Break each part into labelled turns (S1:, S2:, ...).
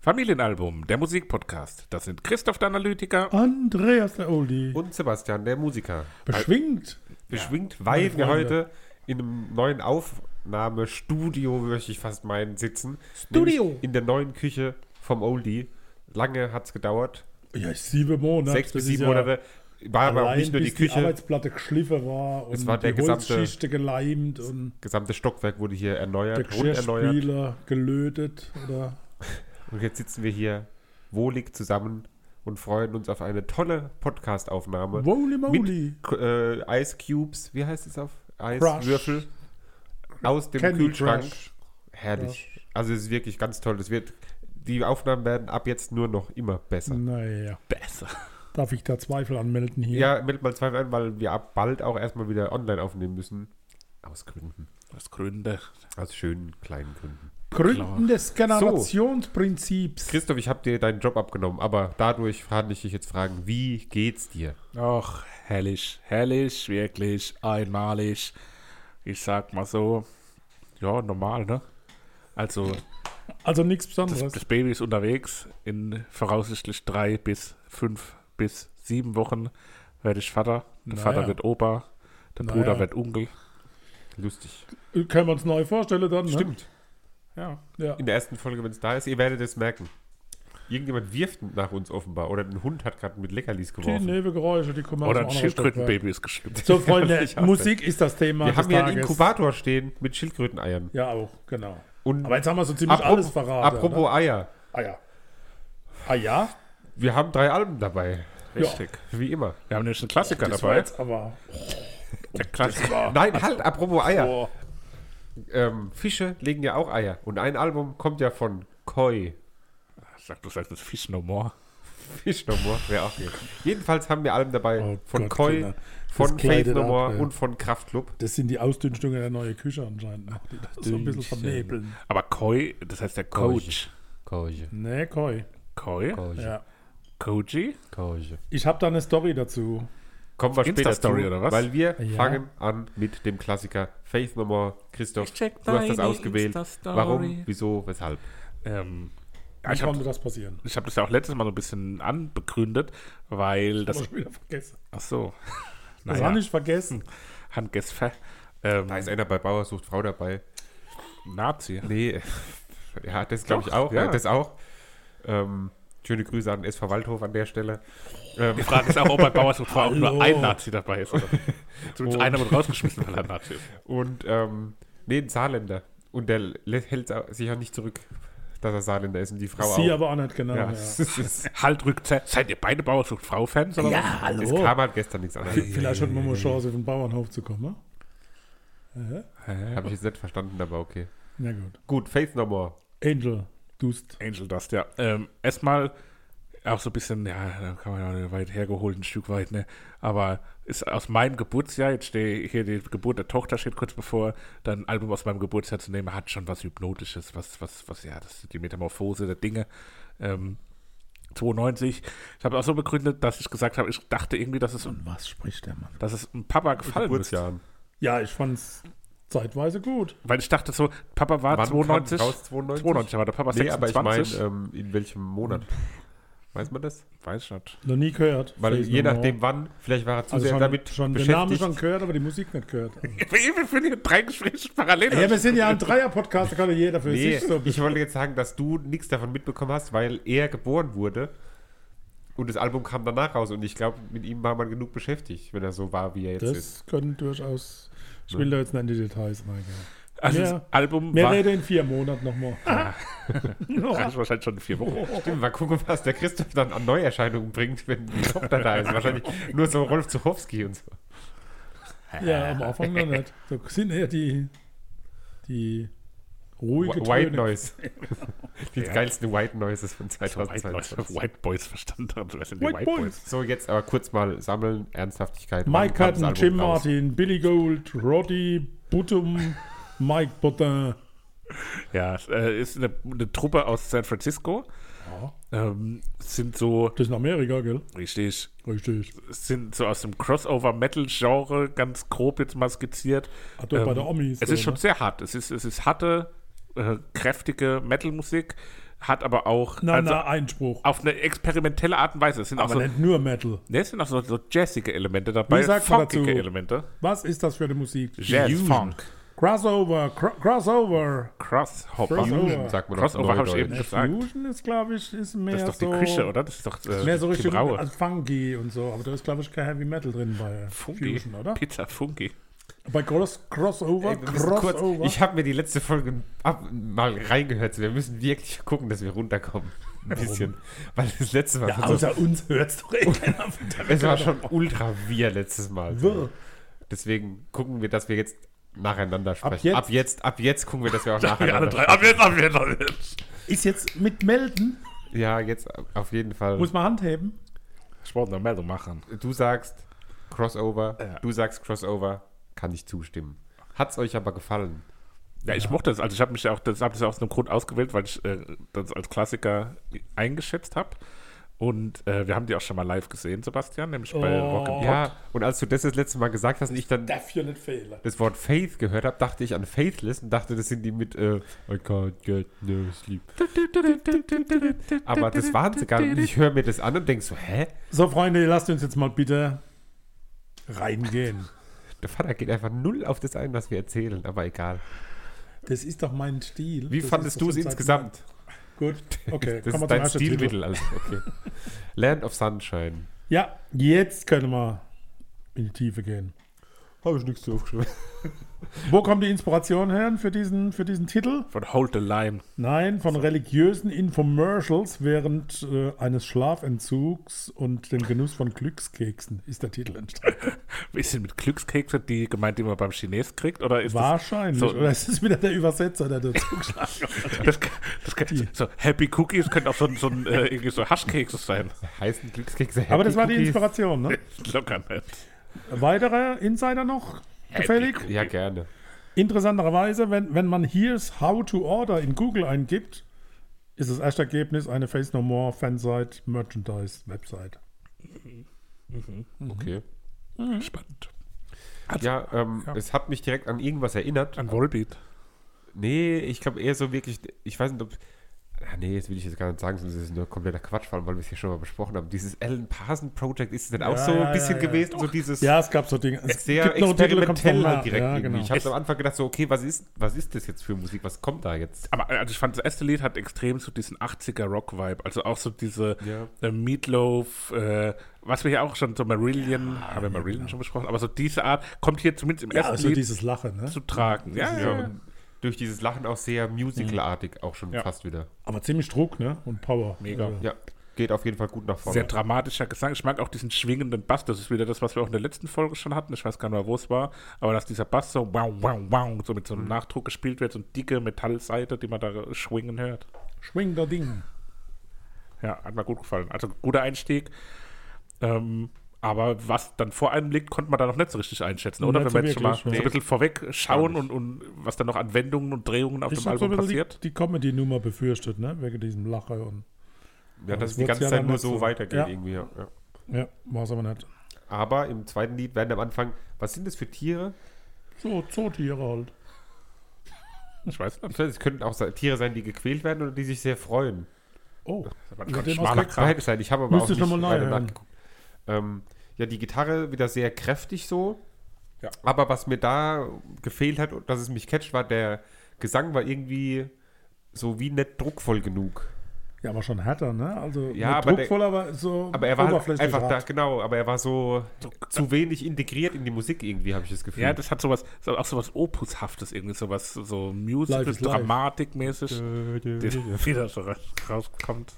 S1: Familienalbum, der Musikpodcast. Das sind Christoph der Analytiker,
S2: Andreas der Oldie.
S3: Und Sebastian, der Musiker.
S2: Beschwingt.
S3: Beschwingt, weil
S2: meine
S3: wir
S2: Freunde.
S3: heute in einem neuen Aufnahmestudio, möchte ich fast meinen, sitzen.
S2: Studio.
S3: Nämlich In der neuen Küche vom Oldie. Lange hat es gedauert.
S2: Ja, ich sieben Monate.
S3: Sechs bis
S2: Das ist
S3: sieben
S2: ja
S3: Monate. War aber auch
S2: allein,
S3: nicht nur die
S2: bis Die
S3: Küche.
S2: Arbeitsplatte geschliffen war und
S3: Es war der
S2: die
S3: gesamte-
S2: Holzschichte geleimt und
S3: Das gesamte Stockwerk wurde hier
S2: der
S3: erneuert, rund erneuert.
S2: Geschirrspüler gelötet. Oder
S3: Und jetzt sitzen wir hier wohlig zusammen und freuen uns auf eine tolle Podcast-Aufnahme.
S2: Woly moly.
S3: K- äh, Ice Cubes, wie heißt es auf?
S2: Crush.
S3: Eiswürfel aus dem
S2: Candy
S3: Kühlschrank.
S2: Crush.
S3: Herrlich. Also es ist wirklich ganz toll. Das wird, die Aufnahmen werden ab jetzt nur noch immer besser.
S2: Naja.
S1: besser.
S2: Darf ich da Zweifel anmelden hier?
S3: Ja, meldet mal Zweifel an, weil wir ab bald auch erstmal wieder online aufnehmen müssen. Aus Gründen.
S1: Aus Gründe.
S3: Aus schönen kleinen Gründen.
S2: Gründen des Generationsprinzips.
S3: Christoph, ich habe dir deinen Job abgenommen, aber dadurch kann ich dich jetzt fragen, wie geht's dir?
S1: Ach, herrlich, herrlich, wirklich, einmalig. Ich sag mal so, ja, normal, ne? Also,
S2: Also nichts
S1: das,
S2: Besonderes.
S1: das Baby ist unterwegs. In voraussichtlich drei bis fünf bis sieben Wochen werde ich Vater. Der
S2: Naja.
S1: Vater wird Opa. Der
S2: Naja.
S1: Bruder wird Onkel.
S3: Lustig.
S2: Können wir uns neu vorstellen dann? Ne?
S3: Stimmt.
S1: Ja.
S2: Ja.
S3: In der ersten Folge, wenn es da ist, ihr werdet es merken. Irgendjemand wirft nach uns offenbar. Oder ein Hund hat gerade mit Leckerlis
S2: Die
S3: geworfen.
S2: Nebengeräusche, die kommen aus
S1: Oder
S2: dem
S1: ein
S2: anderen Stockwerk.
S1: Schildkrötenbaby ist geschlüpft.
S2: So, Freunde,
S3: Ich hasse.
S2: Musik ist das Thema.
S3: Wir
S2: des
S3: haben hier einen
S2: Tages.
S3: Inkubator stehen mit Schildkröteneiern.
S2: Ja, auch, genau.
S3: Und
S2: Aber jetzt haben wir so ziemlich
S3: apropos-
S2: alles verraten.
S3: Apropos
S2: oder?
S3: Eier.
S2: Ah ja. Ah ja?
S3: Wir haben drei Alben dabei.
S1: Richtig.
S3: Wie immer.
S1: Wir haben nämlich einen Klassiker
S2: Das war
S1: dabei.
S2: jetzt aber.
S1: Der Klassiker.
S3: Nein, halt, apropos Eier.
S2: Boah.
S3: Ähm, Fische legen ja auch Eier. Und ein Album kommt ja von Koi.
S1: Ich sag, du sagst das Fisch no more.
S3: Fisch No More, wäre auch geht. Jedenfalls haben wir Alben dabei
S2: Oh
S3: von
S2: Gott,
S3: Koi,
S2: Kinder.
S3: von
S2: Das
S3: Faith
S2: gleitet
S3: No
S2: ab,
S3: More
S2: ey.
S3: und von Kraftklub.
S2: Das sind die Ausdünstungen der neuen Küche anscheinend. Ne? Die das so ein bisschen vernebeln.
S1: Aber Koi, das heißt der Coach.
S3: Koi,
S2: Nee, Koi.
S1: Koi?
S3: Also
S2: Ja.
S1: Koji?
S3: Koi.
S2: Ich habe da eine Story dazu.
S3: Kommen wir später zu,
S1: Insta-Story, oder was?
S3: weil wir
S2: Ja.
S3: fangen an mit dem Klassiker Faith No More. Christoph,
S1: Ich check
S3: du hast das
S1: deine
S3: ausgewählt.
S1: Insta-Story.
S3: Warum, wieso, weshalb?
S1: Ähm,
S2: Wie
S1: ich
S2: konnte
S1: habe
S2: das passieren?
S1: ich hab das ja auch letztes Mal so ein bisschen anbegründet, weil
S2: Das
S1: das.
S2: habe ich wieder vergessen.
S1: Ach so.
S2: Das
S1: Naja,
S2: habe ich
S3: Hm,
S2: vergessen.
S1: Handgesfer. Ähm,
S3: Da ist einer bei Bauer sucht Frau dabei.
S1: Nazi.
S3: Nee, ja, das glaube ich
S1: Doch,
S3: auch. Ja.
S1: ja.
S3: Das auch. Ähm, schöne Grüße an SV Waldhof an der Stelle. Ähm,
S1: Die Frage ist auch, ob bei Bauersucht Frau auch nur
S2: Hallo.
S1: ein Nazi dabei ist. Oder? Oh. nicht. Zumindest einer wird rausgeschmissen, weil er Nazi ist.
S3: und ähm, nee, ein Saarländer. Und der lä- hält au- sich auch nicht zurück, dass er Saarländer ist und die Frau
S2: Sie
S3: auch.
S2: aber auch nicht, genau.
S3: ja,
S2: Ja.
S3: Es, ist- es,
S1: Halt rückzeit. Seid ihr beide Bauersucht Frau-Fans? oder was?
S3: es Äh, kam halt gestern nichts an.
S2: Vielleicht hat man mal Chance, auf den Bauernhof zu kommen. Ne?
S3: Habe ich jetzt nicht verstanden, aber okay.
S2: Na gut.
S3: Gut, Faith No More.
S2: Angel, Dust.
S1: Angel Dust, ja. Ähm, erstmal auch so ein bisschen, ja, da kann man ja weit hergeholt, ein Stück weit, ne? Aber ist aus meinem Geburtsjahr, jetzt stehe hier die Geburt der Tochter steht kurz bevor, dann ein Album aus meinem Geburtsjahr zu nehmen, hat schon was Hypnotisches, was, was, was, ja, das ist die Metamorphose der Dinge. Ähm, 92. Ich habe auch so begründet, dass ich gesagt habe, ich dachte irgendwie, dass es,
S2: Was spricht der Mann?
S1: dass es dem Papa gefallen müsste.
S3: Geburtsjahren.
S2: Ja, ich fand's zeitweise gut.
S1: Weil ich dachte so, Papa war
S3: Wann kam
S1: 92.
S3: raus, 92?
S1: 92 war der Papa
S3: Nee, aber ich
S1: 26.
S3: meine, ähm, in welchem Monat?
S2: Hm.
S3: äh, Weiß man das?
S1: Weiß nicht.
S2: Noch nie gehört.
S3: Weil
S2: Face
S3: je
S2: No
S3: nachdem
S2: More.
S3: wann, vielleicht war er zu
S2: also
S3: sehr
S2: schon,
S3: damit
S2: schon den Namen
S3: beschäftigt.
S2: schon gehört, aber die Musik nicht gehört. Also.
S1: Wir führen hier drei Gespräche parallel.
S2: ja, wir sind ja ein Dreier-Podcast, da kann ja jeder für
S3: Nee,
S2: sich so.
S3: ich wollte jetzt sagen, dass du nichts davon mitbekommen hast, weil er geboren wurde und das Album kam danach raus. Und ich glaube, mit ihm war man genug beschäftigt, wenn er so war, wie er jetzt ist.
S2: Das können durchaus. Ich will da jetzt nicht in die Details reingehen.
S1: Also
S2: Ja.
S1: das Album
S2: Mehr
S1: war
S2: rede in vier Monaten nochmal.
S1: reicht wahrscheinlich schon in vier Wochen.
S3: Stimmt, mal gucken, was der Christoph dann an Neuerscheinungen bringt, wenn die Tochter da ist. Wahrscheinlich nur so Rolf Zuchowski und so.
S2: ja, am Anfang noch nicht. So sind eher die, die ruhige
S3: Wh- White
S2: Töne.
S3: Noise. die geilsten White Noises von
S1: White,
S3: 2022.
S1: White Boys verstanden. haben. Wer sind die
S2: White
S1: White
S2: Boys?
S1: Boys?
S3: So, jetzt aber kurz mal sammeln, Ernsthaftigkeit.
S2: Mike
S3: Wann kam das
S2: Patton,
S3: Album
S2: Jim
S3: raus?
S2: Martin, Billy Gold, Roddy, Buttum, Mike Bottin.
S1: Ja, es, äh, ist eine, eine Truppe aus San Francisco. Ähm, sind so,
S2: Das ist in Amerika, gell?
S1: richtig,
S2: Richtig.
S1: sind so aus dem Crossover-Metal-Genre ganz grob jetzt mal skizziert. Ähm,
S2: Hat doch bei der Omis.
S1: Es
S2: so,
S1: ist schon
S2: ne?
S1: sehr hart. Es ist, es ist harte, äh, kräftige Metal-Musik. hat aber auch
S2: Na,
S1: also
S2: na, Einspruch.
S1: auf eine experimentelle Art und Weise. Es sind auch
S2: Aber
S1: so,
S2: nicht nur Metal.
S1: ne, es sind auch so, so jazzige Elemente dabei,
S2: Wie sagt man
S1: funkige
S2: dazu?
S1: Elemente.
S2: Was ist das für eine Musik?
S1: Jazz,
S3: Fusion.
S1: Funk,
S2: Crossover, cro crossover.
S1: Crosshopper.
S2: Crossover.
S3: Fusion, sagt man auf
S1: Crossover habe ich
S3: Neudeutsch.
S1: eben gesagt.
S2: Fusion ist, glaube ich, ist mehr
S1: Das ist doch die
S2: so,
S1: Küche, oder? Das ist doch äh,
S2: Mehr so
S1: die
S2: richtig
S1: Braue.
S2: funky und so. Aber da ist, glaube ich, kein Heavy Metal drin bei
S1: Funky.
S2: Fusion, oder?
S1: Pizza Funky.
S2: Bei Cross Crossover,
S3: Ey, wir müssen
S2: Crossover.
S3: kurz, ich habe mir die letzte Folge ab, mal reingehört. Wir müssen wirklich gucken, dass wir runterkommen. Ein bisschen. Weil das letzte Mal. war so,
S2: Außer Also uns hört es doch eh keiner. von der
S3: es war
S2: Welt.
S3: schon ultra wir letztes Mal.
S2: Wirr.
S3: Deswegen gucken wir, dass wir jetzt nacheinander sprechen.
S2: jetzt?
S3: ab jetzt, ab jetzt gucken wir, dass wir auch
S1: Wir alle
S3: nacheinander
S1: drei. Ab jetzt, ab jetzt, ab jetzt.
S2: Ist jetzt mit melden,
S3: sprechen. Ja, jetzt auf jeden Fall.
S2: muss man Hand heben.
S1: Ich wollte eine Meldung machen.
S3: Du sagst Crossover,
S1: Ja.
S3: du sagst Crossover, kann ich zustimmen. Hat's euch aber gefallen?
S1: Ja, ich mochte das. Also ich habe mich ja auch, das habe ich aus einem Grund ausgewählt, weil ich äh, das als Klassiker eingeschätzt habe. Und äh, wir haben die auch schon mal live gesehen, Sebastian, nämlich bei
S2: Oh.
S1: Rock and Pop.
S3: Ja, und als du das das letzte Mal gesagt hast und ich dann
S2: Darf hier nicht fehlen.
S3: das Wort Faith gehört habe, dachte ich an Faithless und dachte, das sind die mit äh, I can't get no sleep. Aber das waren sie gar nicht. Ich höre mir das an und denk so, hä?
S2: So, Freunde, lasst uns jetzt mal bitte reingehen.
S3: Der Vater geht einfach null auf das ein, was wir erzählen, aber egal.
S2: Das ist doch mein Stil.
S3: Wie
S2: Das ist
S3: fandest
S2: doch
S3: du es
S2: schon seit-
S3: insgesamt?
S2: Gut, okay.
S3: Das
S2: kommen wir
S3: ist
S2: zum
S3: dein
S2: ersten Titel.
S3: Stilmittel. Also, okay. Land of Sunshine.
S2: Ja, jetzt können wir in die Tiefe gehen.
S3: Habe ich nichts zu aufgeschrieben.
S2: Wo kommt die Inspiration her für diesen, für diesen Titel?
S1: Von Hold the Lime.
S2: Nein, von religiösen Infomercials während äh, eines Schlafentzugs und dem Genuss von Glückskeksen ist der Titel entstanden.
S1: Ist denn mit Glückskekse die gemeint, die man beim Chines kriegt? Oder ist
S2: Wahrscheinlich.
S1: so-
S2: Oder es ist wieder der Übersetzer, der dazu geschlagen hat.
S1: das, das, das,
S2: Die-
S1: so Happy Cookies könnte auch so ein, so ein äh, irgendwie so Haschkekse sein.
S3: Heißen Glückskekse.
S2: Aber das
S3: Happy
S2: war die
S3: Cookies.
S2: Inspiration, ne?
S1: Locker nicht.
S2: Weitere Insider noch? Gefällig?
S3: Ja, gerne.
S2: Interessanterweise, wenn, wenn man Here's How to Order in Google eingibt, ist das erste Ergebnis eine Face No More Fansite Merchandise Website.
S3: Okay.
S2: Mhm.
S1: Spannend.
S3: Ja, ähm,
S1: Ja.
S3: es hat mich direkt an irgendwas erinnert.
S1: An Volbeat.
S3: Nee, ich glaube eher so wirklich, ich weiß nicht, ob. Ah, nee, das will ich jetzt gar nicht sagen, sonst ist es nur kompletter Quatsch, vor allem, weil wir es hier schon mal besprochen haben. Dieses Alan Parson Project ist es denn auch
S2: Ja,
S3: so
S2: ja,
S3: ein bisschen
S2: ja, ja.
S3: gewesen, so dieses
S2: Ja, es gab so Dinge. Es
S3: sehr
S2: noch Titel, kommt von
S3: experimentell
S2: nah.
S3: halt direkt.
S2: Ja,
S3: irgendwie.
S2: genau.
S3: Ich habe am Anfang gedacht, so, okay, was ist, was ist das jetzt für Musik? Was kommt da jetzt?
S1: Aber also ich fand, das erste Lied hat extrem so diesen 80er Rock-Vibe. Also auch so diese
S3: Ja.
S1: äh, Meatloaf, äh, was wir hier auch schon, so Marillion, haben wir Marillion schon besprochen, aber so diese Art kommt hier zumindest im
S2: Ja,
S1: ersten
S2: also
S1: Lied
S2: dieses Lachen, ne?
S1: zu tragen. Ja,
S3: Ja,
S1: ja. ja.
S3: und durch dieses Lachen auch sehr musicalartig, auch schon
S1: Ja.
S3: fast wieder.
S2: Aber ziemlich Druck, ne? Und Power.
S1: Mega.
S2: Also,
S3: Ja, geht auf jeden Fall gut nach vorne.
S1: Sehr dramatischer Gesang. Ich mag auch diesen schwingenden Bass. Das ist wieder das, was wir auch in der letzten Folge schon hatten. Ich weiß gar nicht mehr, wo es war. Aber dass dieser Bass so wow, wow, wow, so mit
S2: Mhm.
S1: so einem Nachdruck gespielt wird, so eine dicke Metallseite, die man da schwingen hört.
S2: Schwing der Ding.
S1: Ja, hat mir gut gefallen. Also guter Einstieg. Ähm, aber was dann vor einem liegt, konnte man da noch nicht so richtig einschätzen, oder?
S2: Nicht
S1: Wenn
S2: so
S1: wir jetzt schon mal
S2: wirklich,
S1: so
S2: nee.
S1: ein bisschen vorweg schauen und, und was dann noch an Wendungen und Drehungen auf
S2: Ich
S1: dem
S2: habe halt so
S1: Album
S2: ein bisschen die,
S1: passiert.
S2: die Comedy-Nummer befürchtet, ne? Wegen diesem Lachen und.
S3: ja,
S2: das
S3: dass es die
S2: wird's
S3: ganze
S2: ja
S3: Zeit
S2: dann
S3: nur
S2: nicht
S3: so
S2: so.
S3: weitergeht
S2: Ja.
S3: irgendwie. Ja. Ja.
S2: Ja, war es aber nicht.
S3: Aber im zweiten Lied werden am Anfang, was sind das für Tiere?
S2: So, Zootiere halt.
S1: Ich weiß nicht.
S3: Ich weiß, es könnten auch Tiere sein, die gequält werden oder die sich sehr freuen.
S2: Oh,
S1: Das war ein
S2: Mit
S1: ganz
S2: dem
S1: schmaler
S2: Aspekt-
S1: Grad.
S3: Beides sein. Ich habe aber
S2: Müsste
S3: auch
S2: schon
S3: nicht
S2: mal
S3: weiter
S2: nachhören.
S3: nachgeguckt. Ähm, ja, die Gitarre wieder sehr kräftig so.
S1: Ja.
S3: Aber was mir da gefehlt hat und dass es mich catcht, war der Gesang war irgendwie so wie nicht druckvoll genug.
S2: ja, aber schon härter, ne? Also
S3: Ja,
S2: nicht
S3: aber der-
S2: druckvoll, aber so
S3: Aber er war halt
S2: oberflächlich
S3: einfach da,
S2: hart.
S3: genau, aber er war so zu wenig integriert in die Musik irgendwie, habe ich das Gefühl.
S1: Ja, das hat sowas, so- auch sowas Opushaftes irgendwie, sowas so
S2: Live is live.
S1: Musical-Dramatik-mäßig, die- die da so rauskommt.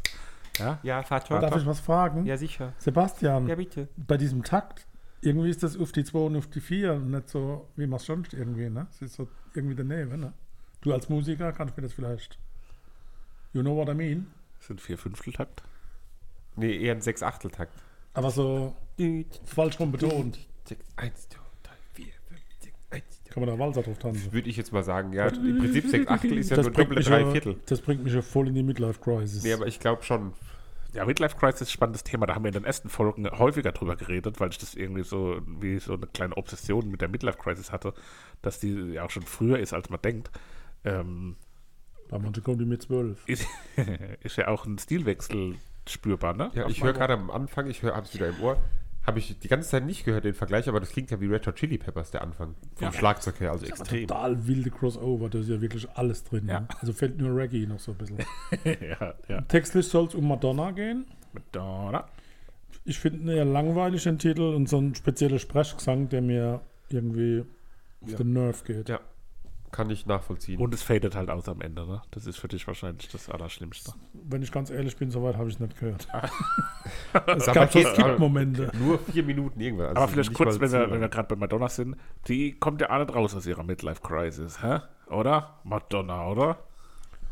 S1: Ja,
S3: ja, Vater.
S2: Darf ich was fragen?
S3: Ja, sicher.
S2: Sebastian,
S3: Ja, bitte.
S2: bei diesem Takt, irgendwie ist das auf die 2 und auf die 4 nicht so, wie man es sonst irgendwie, ne? Es ist so irgendwie daneben, ne? Du als Musiker kannst mir das vielleicht. You know what I mean?
S1: sind vier Fünfteltakt.
S3: Nee, eher ein Sechs-Achtel-Takt.
S2: Aber so falsch rum betont.
S3: Sechs, eins, zwei, drei, vier, fünf, sechs, eins,
S2: Kann man da Walzer drauf tanzen.
S3: Würde ich jetzt mal sagen, ja.
S2: Mhm.
S3: Im Prinzip sechs Achtel ist ja nur
S2: bringt
S3: doppelte
S2: mich
S3: drei
S2: ja-
S3: Viertel.
S2: das bringt mich ja voll in die Midlife-Crisis.
S3: Nee, aber ich glaube schon.
S1: Ja, Midlife Crisis ist ein spannendes Thema. Da haben wir in den ersten Folgen häufiger drüber geredet, weil ich das irgendwie so wie so eine kleine Obsession mit der Midlife Crisis hatte, dass die ja auch schon früher ist, als man denkt. Ähm,
S2: Bei manchen kommt die mit zwölf.
S1: Ist, ist ja auch ein Stilwechsel spürbar, ne?
S3: Ja,
S1: Auf
S3: ich höre
S1: meinem-
S3: gerade am Anfang, ich habe es wieder im Ohr, habe ich die ganze Zeit nicht gehört, den Vergleich, aber das klingt ja wie Red Hot Chili Peppers, der Anfang. Vom
S1: Ja.
S3: Schlagzeug her, also extrem.
S2: Total wilde Crossover, da ist ja wirklich alles drin.
S1: Ja.
S2: Ne? Also fällt nur Reggae noch so ein bisschen.
S1: ja, ja.
S2: Textlich soll es um Madonna gehen.
S1: Madonna.
S2: Ich finde einen eher langweiligen Titel und so einen speziellen Sprechgesang, der mir irgendwie auf den Nerv geht.
S3: Ja. Kann ich nachvollziehen.
S1: Und es fadet halt aus am Ende, ne? Das ist für dich wahrscheinlich das Allerschlimmste.
S2: Wenn ich ganz ehrlich bin, soweit habe ich nicht gehört.
S3: Ah. es
S2: gab so Skip-Momente.
S3: Nur vier Minuten irgendwas.
S1: Aber
S3: Also
S1: vielleicht
S3: nicht
S1: kurz,
S3: mal
S1: wenn wir,
S3: zu.
S1: wenn wir gerade bei Madonna sind, die kommt ja auch nicht raus aus ihrer Midlife-Crisis, hä? Oder? Madonna, oder?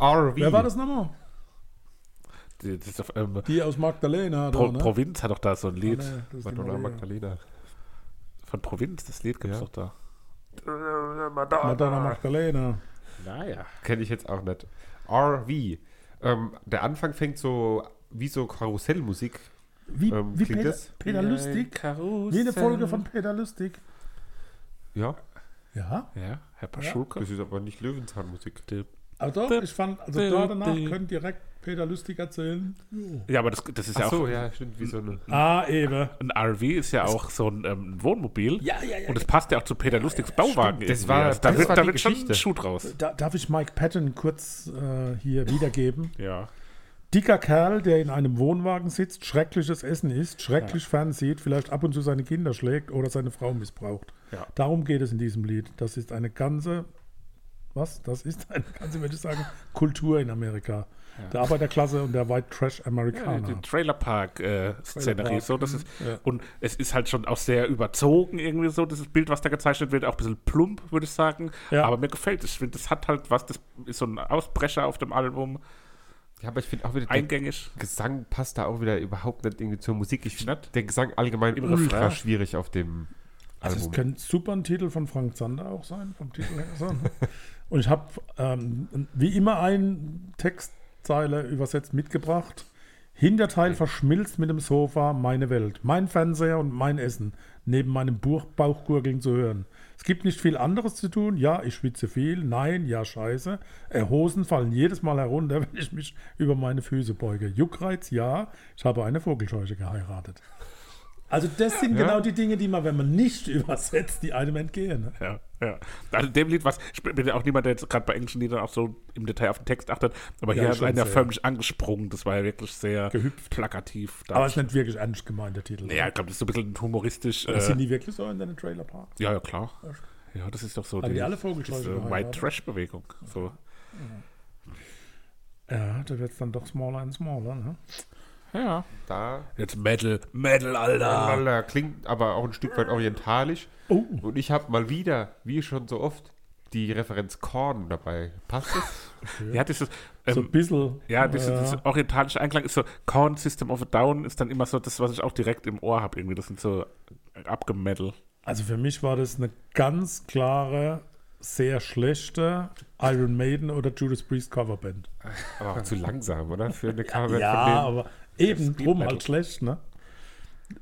S3: RV.
S2: Wer war das nochmal?
S1: Die, die, ist auf, ähm,
S2: Die aus Magdalena.
S1: Pro,
S2: da, ne?
S1: Provinz hat doch da so ein Lied.
S2: Ah, nee, das ist die
S3: Madonna
S2: Maria.
S3: Magdalena.
S1: Von Provinz, das Lied gibt's
S3: Ja.
S1: doch da.
S2: Madonna Magdalena.
S1: Naja.
S3: Kenne ich jetzt auch nicht. RV. Ähm, der Anfang fängt so wie so Karussellmusik.
S2: Wie,
S3: Ähm,
S2: wie
S3: klingt
S2: Peter,
S3: das?
S2: Peter Lustig? Wie eine Folge von Peter Lustig.
S3: Ja,
S2: Ja,
S1: Ja, Herr
S2: Ja.
S1: Paschulke.
S3: das ist aber nicht Löwenzahnmusik.
S2: aber doch,
S1: Dip,
S2: ich fand, also
S1: dip,
S2: da danach
S1: dip.
S2: könnt direkt Peter Lustig erzählen.
S1: Ja, aber das, das ist ja
S3: Ach
S1: auch.
S3: so, ja, stimmt, wie so eine.
S2: Ah, eben.
S1: Ein RV ist ja auch so ein ähm, Wohnmobil.
S2: Ja, ja, ja.
S1: Und es passt ja auch zu Peter Lustigs Bauwagen.
S3: stimmt. Das
S1: irgendwie.
S3: war-
S1: Also da
S3: das
S1: wird,
S3: war
S1: da
S3: die
S1: wird schon ein
S3: Geschichte.
S1: Schuh draus.
S2: Da, darf ich Mike Patton kurz äh, hier wiedergeben?
S3: Äh.
S1: Ja.
S2: Dicker Kerl, der in einem Wohnwagen sitzt, schreckliches Essen isst, schrecklich fernsieht, vielleicht ab und zu seine Kinder schlägt oder seine Frau missbraucht.
S1: Ja.
S2: Darum geht es in diesem Lied. Das ist eine ganze, was? Das ist eine ganze, würde ich sagen, Kultur in Amerika. Der Arbeiterklasse und der White Trash
S1: Ja,
S2: Amerikaner.
S1: die Trailerpark-Szenerie.
S2: Trailerpark, mhm,
S1: so, das ist,
S2: ja.
S1: Und es ist halt schon auch sehr überzogen, irgendwie so, dieses Bild, was da gezeichnet wird, auch ein bisschen plump, würde ich sagen.
S2: Ja.
S1: Aber mir gefällt es. Ich finde, das hat halt was, das ist so ein Ausbrecher auf dem Album,
S3: Ja, aber ich finde auch wieder, der
S1: eingängig.
S3: Gesang passt da auch wieder überhaupt nicht irgendwie zur Musik. Ich finde
S1: Nicht?
S3: den Gesang allgemein
S1: Im
S3: ultra
S1: Refrain.
S3: schwierig auf dem
S2: Also
S3: Album.
S2: es könnte super ein Titel von Frank Zander auch sein, vom Titel her. So. ne? Und ich habe ähm, wie immer einen Textzeile übersetzt mitgebracht. Hinterteil verschmilzt mit dem Sofa meine Welt, mein Fernseher und mein Essen, neben meinem Buch Bauchgurgeln zu hören. Es gibt nicht viel anderes zu tun. Ja, ich schwitze viel. Nein, ja, scheiße. Äh, Hosen fallen jedes Mal herunter, wenn ich mich über meine Füße beuge. Juckreiz, ja. Ich habe eine Vogelscheuche geheiratet. Also das sind
S3: Ja.
S2: genau die Dinge, die man, wenn man nicht übersetzt, die einem entgehen. Ne?
S1: Ja, ja. Also dem Lied, was, ich bin ja auch niemand, der jetzt gerade bei englischen Liedern auch so im Detail auf den Text achtet, aber
S2: Ja,
S1: hier hat
S2: schon
S1: einen ja
S2: sehr.
S1: förmlich angesprungen. Das war ja wirklich sehr
S2: Gehüpft.
S1: plakativ.
S2: Aber es ist nicht wirklich ernst gemeint, der Titel.
S1: ja, ich glaube, das ist so ein bisschen humoristisch.
S2: Oder
S1: Äh,
S2: Sind die wirklich so in deinem Trailerpark?
S1: ja, ja, klar. Ja, das ist doch so
S2: Haben die alle Vogelscheuche
S1: diese
S2: geheiratet?
S1: White Trash-Bewegung. So.
S2: Ja, da wird es dann doch smaller and smaller. Ne?
S1: Ja.
S3: da
S1: Jetzt Metal, Metal, Alter.
S3: Alter, klingt aber auch ein Stück weit orientalisch.
S2: Oh.
S3: Und ich habe mal wieder, wie schon so oft, die Referenz Korn dabei. Passt das?
S1: Ja, dieses,
S2: So
S1: ähm,
S2: ein bisschen.
S1: ja, dieses,
S2: äh,
S1: dieses orientalische Einklang ist so, Corn System of a Down ist dann immer so das, was ich auch direkt im Ohr habe irgendwie. Das sind so abgemetal.
S2: also für mich war das eine ganz klare, sehr schlechte Iron Maiden oder Judas Priest Coverband.
S3: Aber auch zu langsam, oder? Für eine Cover
S2: Ja,
S3: von
S2: aber eben
S1: Speed
S2: drum
S1: Metal.
S2: halt schlecht, ne?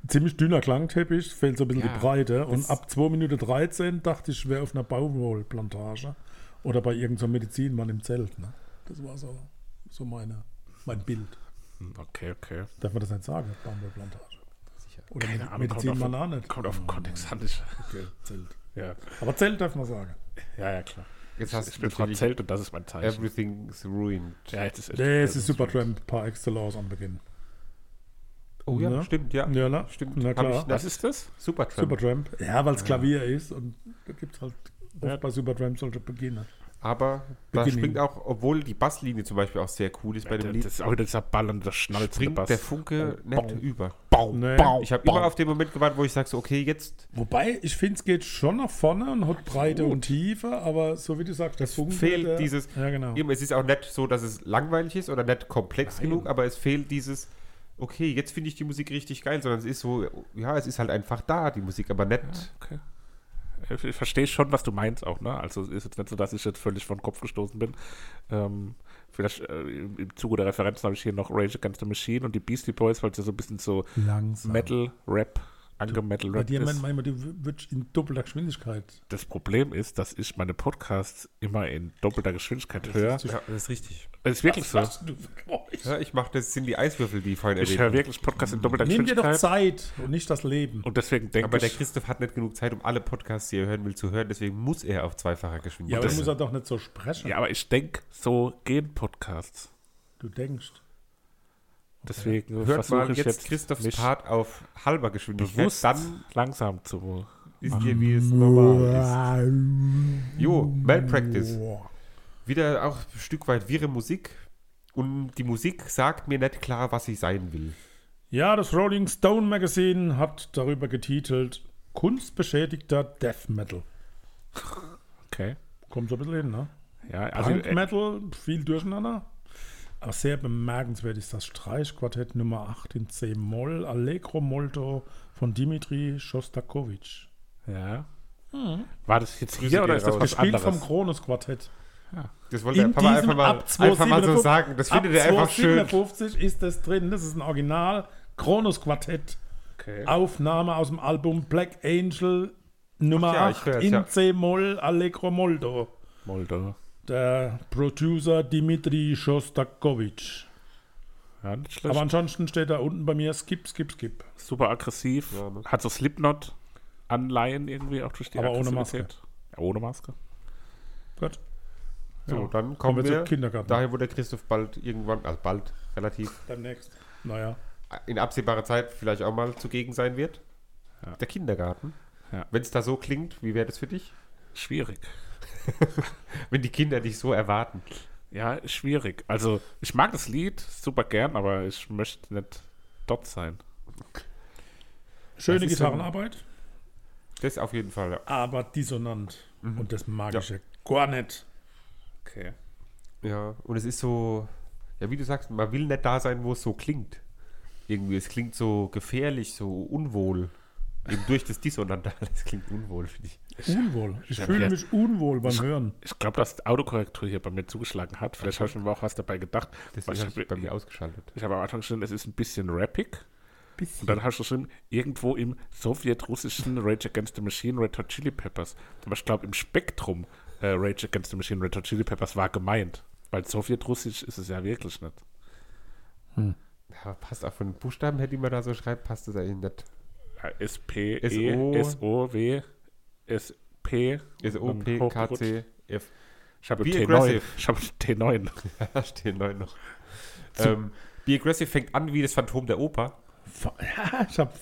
S2: Ziemlich dünner Klangteppich, fehlt so ein bisschen
S3: Ja,
S2: die Breite. Und ab 2 Minuten 13 dachte ich, ich wäre auf einer Baumwollplantage oder bei irgendeinem so Medizinmann im Zelt. Ne? Das war so, so meine, mein Bild.
S1: Hm, Okay, okay.
S2: Darf man das nicht sagen, Baumwollplantage? Oder
S1: Keine
S2: Medi-
S1: Ahnung,
S2: Medizinmann
S1: kommt
S2: auch nicht. Hm,
S1: Kommt auf den Kontext an. Ich,
S2: Okay, Zelt.
S1: ja.
S2: Aber Zelt darf man sagen.
S1: ja, ja, klar.
S3: Jetzt hast
S1: Ich
S3: du
S1: bin Ähm, Frau
S3: natürlich
S1: Zelt und das ist mein Zeichen.
S3: Everything's Ruined.
S1: Ja, jetzt ist echt-
S2: Nee, es ist Supertramp par excellence am Beginn.
S3: Oh ja,
S2: Ne?
S3: stimmt, ja.
S2: Ja, na,
S3: Stimmt.
S2: na
S3: Hab
S2: klar.
S3: ich-
S1: Was ist das?
S3: Supertramp.
S2: Supertramp. Ähm, Ja, weil es Klavier ist und da gibt es halt oft
S1: Ja.
S2: bei Supertramp solche Beginner.
S3: Aber da
S2: Beginning.
S3: springt auch, obwohl die Basslinie zum Beispiel auch sehr cool ist bei dem
S1: Oh, Das
S3: Lied,
S1: ist auch wieder dieser ballernde, schnalzende
S3: springt
S1: Bass. Oh,
S3: der Funke
S1: Bau,
S3: nicht über.
S1: bau,
S2: Nee.
S1: bau,
S3: Ich habe
S1: bau.
S3: immer auf den Moment gewartet, wo ich sage, so, okay, jetzt
S2: Wobei, ich finde, es geht schon nach vorne und hat Breite und Tiefe, aber so wie du sagst, das Funke,
S3: fehlt
S2: der-
S3: dieses.
S2: Ja, genau.
S3: Eben, es ist auch nicht so, dass es langweilig ist oder nicht komplex genug, aber es fehlt dieses. Okay, jetzt finde ich die Musik richtig geil, sondern es ist so, ja, es ist halt einfach da, die Musik, aber nicht.
S1: Okay. Äh, Ich, ich verstehe schon, was du meinst auch, ne? Also es ist jetzt nicht so, dass ich jetzt völlig von Kopf gestoßen bin. Ähm, vielleicht äh, im, im Zuge der Referenzen habe ich hier noch Rage Against the Machine und die Beastie Boys, weil es ja so ein bisschen so
S2: Langsam.
S1: Metal, Rap, angemetal
S2: Bei
S1: rappt
S2: dir meint
S1: ist.
S2: man immer, du wirst in doppelter Geschwindigkeit.
S1: Das Problem ist, dass ich meine Podcasts immer in doppelter Geschwindigkeit höre.
S2: ist
S1: Es
S2: zu-
S4: Ja, das ist richtig.
S1: ist wirklich so.
S2: machst du für Geräusche?
S3: Ja, ich mache das, sind die Eiswürfel, die vorhin
S1: Ich
S3: erwähnt
S1: höre wirklich Podcasts
S3: Mhm.
S1: in doppelter
S2: Nimm dir doch
S1: Geschwindigkeit.
S2: Zeit und nicht das Leben.
S1: Und deswegen denke
S3: Aber der
S1: ich,
S3: Christoph hat nicht genug Zeit, um alle Podcasts, die er hören will, zu hören. Deswegen muss er auf zweifacher
S2: Ja,
S3: Geschwindigkeit.
S2: aber du
S1: das-
S2: musst ja doch nicht so sprechen.
S1: ja, aber ich denke, so gehen Podcasts.
S2: Du denkst.
S1: Deswegen
S3: Hört mal
S1: versuche ich
S3: jetzt,
S1: jetzt,
S3: Christophs
S1: mich
S3: Part auf halber Geschwindigkeit.
S1: bewusst
S3: Dann
S1: langsam zu
S3: ist ihr, wie es normal ist. Jo, Malpractice. Wieder auch ein Stück weit wirre Musik. Und die Musik sagt mir nicht klar, was ich sein will.
S2: Ja, das Rolling Stone Magazine hat darüber getitelt Kunstbeschädigter Death Metal.
S1: Okay.
S2: Kommt so ein bisschen hin, ne?
S1: Ja, also,
S2: Punk
S1: äh,
S2: Metal, viel durcheinander. Aber sehr bemerkenswert ist das Streichquartett Nummer 8 in C-Moll, Allegro Molto von Dimitri Shostakovich.
S1: ja. War das jetzt
S3: Grüße
S1: hier oder
S3: gehen
S1: ist das
S3: raus.
S1: was
S2: Gespielt
S1: anderes?
S2: vom Kronos Quartett.
S3: Das wollte
S2: In
S3: der Papa
S2: diesem
S3: einfach mal,
S2: ab
S3: einfach mal so
S2: 257
S3: sagen. Das
S2: Ab
S3: findet er einfach schön.
S2: 257 ist das drin. Das ist ein Original Kronos Quartett.
S1: Okay.
S2: Ah. Aufnahme aus dem Album Black Angel Nummer
S3: Ach ja, ich
S2: 8
S3: hör's,
S2: in
S3: ja.
S2: C-Moll Allegro Moldo.
S1: Moldo.
S2: Der Producer Dimitri Shostakovich.
S1: Ja, nicht schlecht.
S2: Aber ansonsten steht da unten bei mir Skip, Skip, Skip.
S1: super aggressiv.
S3: Ja, ne?
S1: Hat so Slipknot-Anleihen irgendwie auch durch die
S2: Aber ohne
S1: Aggressivität. Ja, ohne Maske.
S2: Gut.
S3: So, dann
S2: Kommen
S3: kommen
S2: wir
S3: wir.
S2: zum Kindergarten.
S3: Daher, wo der Christoph bald irgendwann, also bald, relativ
S2: Demnächst. Naja.
S3: in absehbarer Zeit vielleicht auch mal zugegen sein wird.
S1: Ja.
S3: Der Kindergarten.
S1: Ja.
S3: Wenn es da so klingt, wie wäre das für dich?
S1: Schwierig.
S3: Wenn die Kinder dich so erwarten.
S1: Ja, schwierig. Also, ich mag das Lied super gern, aber ich möchte nicht dort sein.
S2: Schöne
S3: Das ist so-
S2: Gitarrenarbeit,
S3: Das auf jeden Fall. Ja.
S2: aber dissonant. Und das mag
S3: Mhm. Ja.
S2: ich ja gar nicht.
S1: Okay.
S3: ja. Und es ist so, ja, wie du sagst, man will nicht da sein, wo es so klingt. Irgendwie, es klingt so gefährlich, so unwohl. Eben durch das Dissonante alles klingt unwohl, finde ich.
S2: Unwohl. Ich
S1: Ja,
S2: fühle
S1: ja.
S2: mich unwohl beim Hören.
S1: Ich glaube, dass die Autokorrektur hier bei mir zugeschlagen hat. Vielleicht habe ich mir auch was dabei gedacht.
S3: Das
S1: Weil ich
S3: ist halt bei
S1: habe
S3: mir ausgeschaltet.
S1: ich hab am Anfang geschrieben, es ist ein bisschen rappig. Und dann hast du geschrieben, irgendwo im sowjetrussischen Rage Against the Machine Red Hot Chili Peppers. Aber ich glaube, im Spektrum äh, Rage Against the Machine Red Hot Chili Peppers war gemeint. Weil sowjetrussisch ist es ja wirklich nicht.
S3: Ja, passt auch von den Buchstaben her, die man da so schreibt, passt das eigentlich nicht.
S1: Ja, Äh, S P
S3: S.O..
S1: E S O W S P
S3: S O P K C F.
S1: Ich habe
S3: Be
S1: T9.
S3: aggressive.
S1: Ich habe T9.
S3: Da stehen neun noch. Ähm, Be Aggressive fängt an wie das Phantom der Oper.
S2: Fa- Ja, ich habe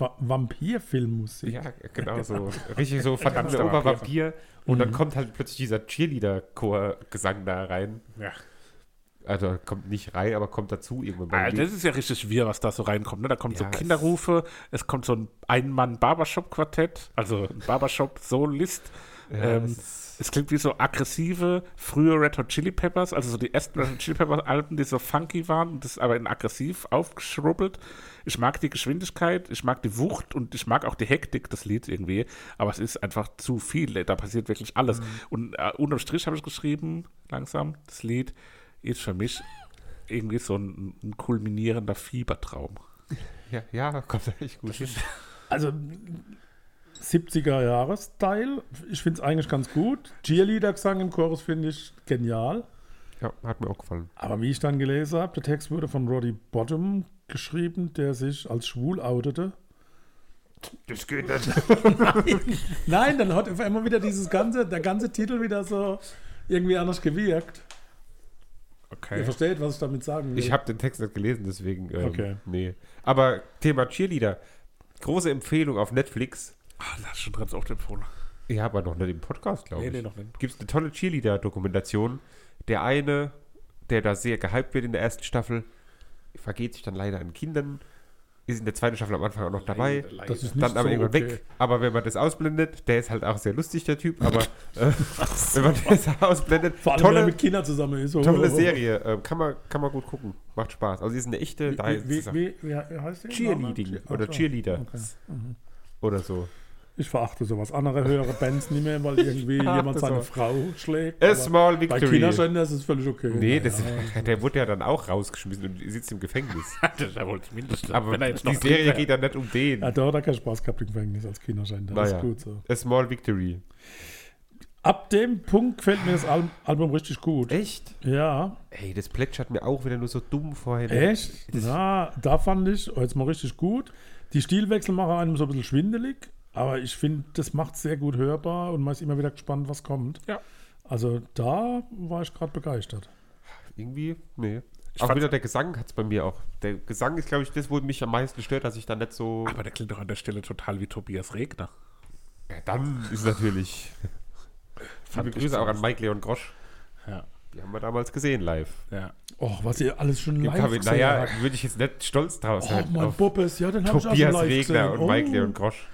S2: Vampirfilmmusik.
S3: Ja, genau so. Richtig so Phantom der
S1: Ganz
S3: Oper,
S1: Vampir.
S3: Vampir. Und dann kommt halt plötzlich dieser Cheerleader-Chor-Gesang da rein.
S1: Ja.
S3: Also kommt nicht rein, aber kommt dazu irgendwann
S1: Ah,
S3: beim Lied.
S1: das ist ja richtig wir, was da so reinkommt. Ne? Da kommen
S3: Ja,
S1: so Kinderrufe, es kommt so ein Ein-Mann-Barbershop-Quartett, also ein Barbershop-Solist. ähm,
S3: das
S1: es klingt wie so aggressive, frühe Red Hot Chili Peppers, also so die ersten Red Hot Chili Peppers Alben, die so funky waren, und das aber in aggressiv aufgeschrubbelt. Ich mag die Geschwindigkeit, ich mag die Wucht und ich mag auch die Hektik des Lieds irgendwie, aber es ist einfach zu viel, da passiert wirklich alles. Und äh, unterm Strich habe ich geschrieben, langsam, das Lied ist für mich irgendwie so ein, ein kulminierender Fiebertraum.
S3: Ja, ja, kommt echt gut hin.
S2: Also 70er-Jahre-Style. Ich finde es eigentlich ganz gut. Cheerleader-Gesang im Chorus finde ich genial.
S3: Ja, hat mir auch gefallen.
S2: Aber wie ich dann gelesen habe, der Text wurde von Roddy Bottom geschrieben, der sich als schwul outete.
S3: Das geht nicht.
S2: Nein, dann hat auf einmal wieder dieses ganze, der ganze Titel wieder so irgendwie anders gewirkt. Ihr
S1: Okay.
S2: versteht, was ich damit sagen will.
S3: Ich habe den Text nicht gelesen, deswegen. Ähm,
S2: Okay.
S3: Nee. Aber Thema Cheerleader. Große Empfehlung auf Netflix.
S1: Ah, das ist schon ganz oft empfohlen.
S3: Ja, aber noch nicht im Podcast, glaube
S1: Nee,
S3: ich.
S1: nee, noch nicht.
S3: Gibt es eine tolle Cheerleader-Dokumentation. Der eine, der da sehr gehypt wird in der ersten Staffel, vergeht sich dann leider an Kindern. Ist in der zweiten Staffel am Anfang auch noch dabei.
S2: das ist nicht
S3: Dann aber
S2: so
S3: irgendwann
S2: okay.
S3: weg. Aber wenn man das ausblendet, der ist halt auch sehr lustig, der Typ. Aber äh, wenn man das ausblendet,
S2: Vor allem, wenn er
S3: tolle,
S2: mit Kindern zusammen ist. Oh,
S3: tolle Serie. Äh, kann, man, kann man gut gucken. Macht Spaß. Also, sie ist eine echte. da
S2: Wie,
S3: ist es
S2: wie,
S3: auch-
S2: wie, wie heißt die?
S3: Cheerleading
S2: Ach so.
S3: oder Cheerleader
S2: Okay.
S3: oder so.
S2: Ich verachte sowas. Andere höhere Bands nicht mehr, weil irgendwie
S3: verachte
S2: jemand seine
S3: sowas.
S2: Frau schlägt.
S3: A
S2: aber
S3: small
S2: Bei
S3: victory.
S2: Kinderschänder ist es völlig okay.
S3: Nee, das, der wurde ja dann auch rausgeschmissen und sitzt im Gefängnis.
S1: Das ist ja wohl das Mindeste.
S3: Aber
S1: Wenn er jetzt
S3: die
S1: noch
S3: Serie
S1: drin
S3: geht dann nicht um den.
S2: Ja, da hat er keinen Spaß gehabt im Gefängnis als Kinderschänder. Das
S3: Naja.
S2: ist gut so.
S3: A small victory.
S2: Ab dem Punkt gefällt mir das Al Album richtig gut.
S3: Echt?
S2: Ja.
S3: Ey, das plätschert mir auch wieder nur so dumm vorhin.
S2: Echt?
S3: Das-
S2: Na, da fand ich oh, jetzt mal richtig gut. Die Stilwechsel machen einem so ein bisschen schwindelig, aber ich finde, das macht sehr gut hörbar und man ist immer wieder gespannt, was kommt.
S1: Ja.
S2: Also da war ich gerade begeistert.
S3: Irgendwie, nee.
S1: Ich
S3: auch
S1: fand's-
S3: wieder der Gesang hat es bei mir auch. Der Gesang ist, glaube ich, das, wo mich am meisten stört, dass ich dann nicht so.
S1: Aber der klingt doch an der Stelle total wie Tobias Regner.
S3: Ja, dann ist natürlich. Liebe
S1: Fand ich
S3: Grüße auch an Mike Leon Grosch.
S1: Ja.
S3: Die haben wir damals gesehen live.
S1: Ja.
S2: Och, was ihr alles schon
S3: Im
S2: live
S3: Kabin,
S2: gesehen
S3: naja,
S2: habt.
S3: würde ich jetzt nicht stolz drauf
S2: Oh,
S3: sein.
S2: mein
S3: Halt auf
S2: Bubbes, ja, den habe ich auch schon
S3: Tobias
S2: live
S3: Regner
S2: gesehen.
S3: und Mike Leon
S2: oh.
S3: Grosch.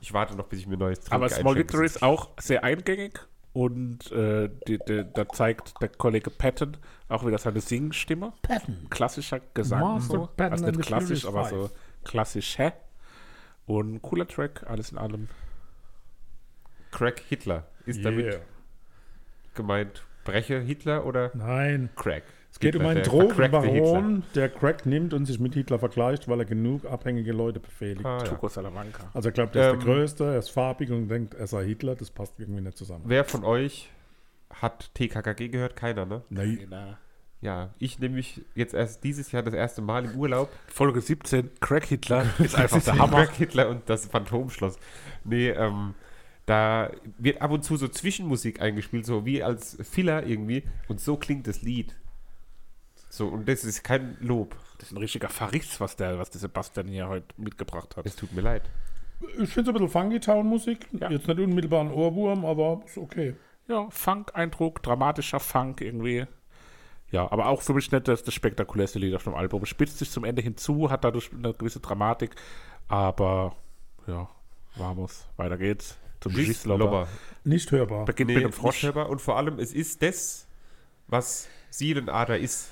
S3: Ich warte noch, bis ich mir ein neues Trikot
S1: Aber Small
S3: einschenke.
S1: Victory ist auch sehr eingängig und äh, die, die, da zeigt der Kollege Patton auch wieder seine Singstimme.
S2: Patton.
S1: Klassischer Gesang.
S2: Master
S1: so.
S2: Patton
S1: also
S2: and
S1: nicht
S2: the
S1: klassisch,
S2: Furious
S1: aber
S2: Five.
S1: so klassisch, hä? Und cooler Track, alles in allem.
S3: Crack Hitler. Ist damit gemeint Breche Hitler oder
S2: Nein.
S3: Crack?
S2: Es geht um einen
S3: vercrackte Hitler.
S2: Drogenbaron, der Crack nimmt und sich mit Hitler vergleicht, weil er genug abhängige Leute befehligt.
S3: Ah, ja.
S1: Tuco Salamanca.
S2: Also er glaubt, er ist
S3: Ähm.
S2: der Größte, er ist farbig und denkt, er sei Hitler. Das passt irgendwie nicht zusammen.
S3: Wer von euch hat TKKG gehört? Keiner, ne?
S2: Nein.
S1: In
S3: Ja, ich nämlich jetzt erst dieses Jahr das erste Mal im Urlaub.
S1: Folge 17, Crack Hitler ist einfach der Hammer.
S3: Crack Hitler und das Phantomschloss. Nee, ähm, da wird ab und zu so Zwischenmusik eingespielt, so wie als Filler irgendwie. Und so klingt das Lied. So, und das ist kein Lob.
S1: Das ist ein richtiger Verriss, was der, was der Sebastian hier heute mitgebracht hat.
S3: Es tut mir leid.
S2: Ich finde so ein bisschen Funky Town Musik.
S1: Ja.
S2: Jetzt nicht unmittelbar ein Ohrwurm, aber ist okay.
S1: Ja, Funk-Eindruck, dramatischer Funk irgendwie. Ja, aber auch für mich nicht das, das spektakulärste Lied auf dem Album. Spitzt sich zum Ende hinzu, hat dadurch eine gewisse Dramatik, aber ja, vamos, weiter geht's. Zum Schießlobber.
S3: Lobber.
S2: Nicht hörbar.
S1: Beginnt
S3: Nee,
S1: mit dem Frosch.
S3: Liebhaber. Und vor allem, es ist das, was Seelenader ist.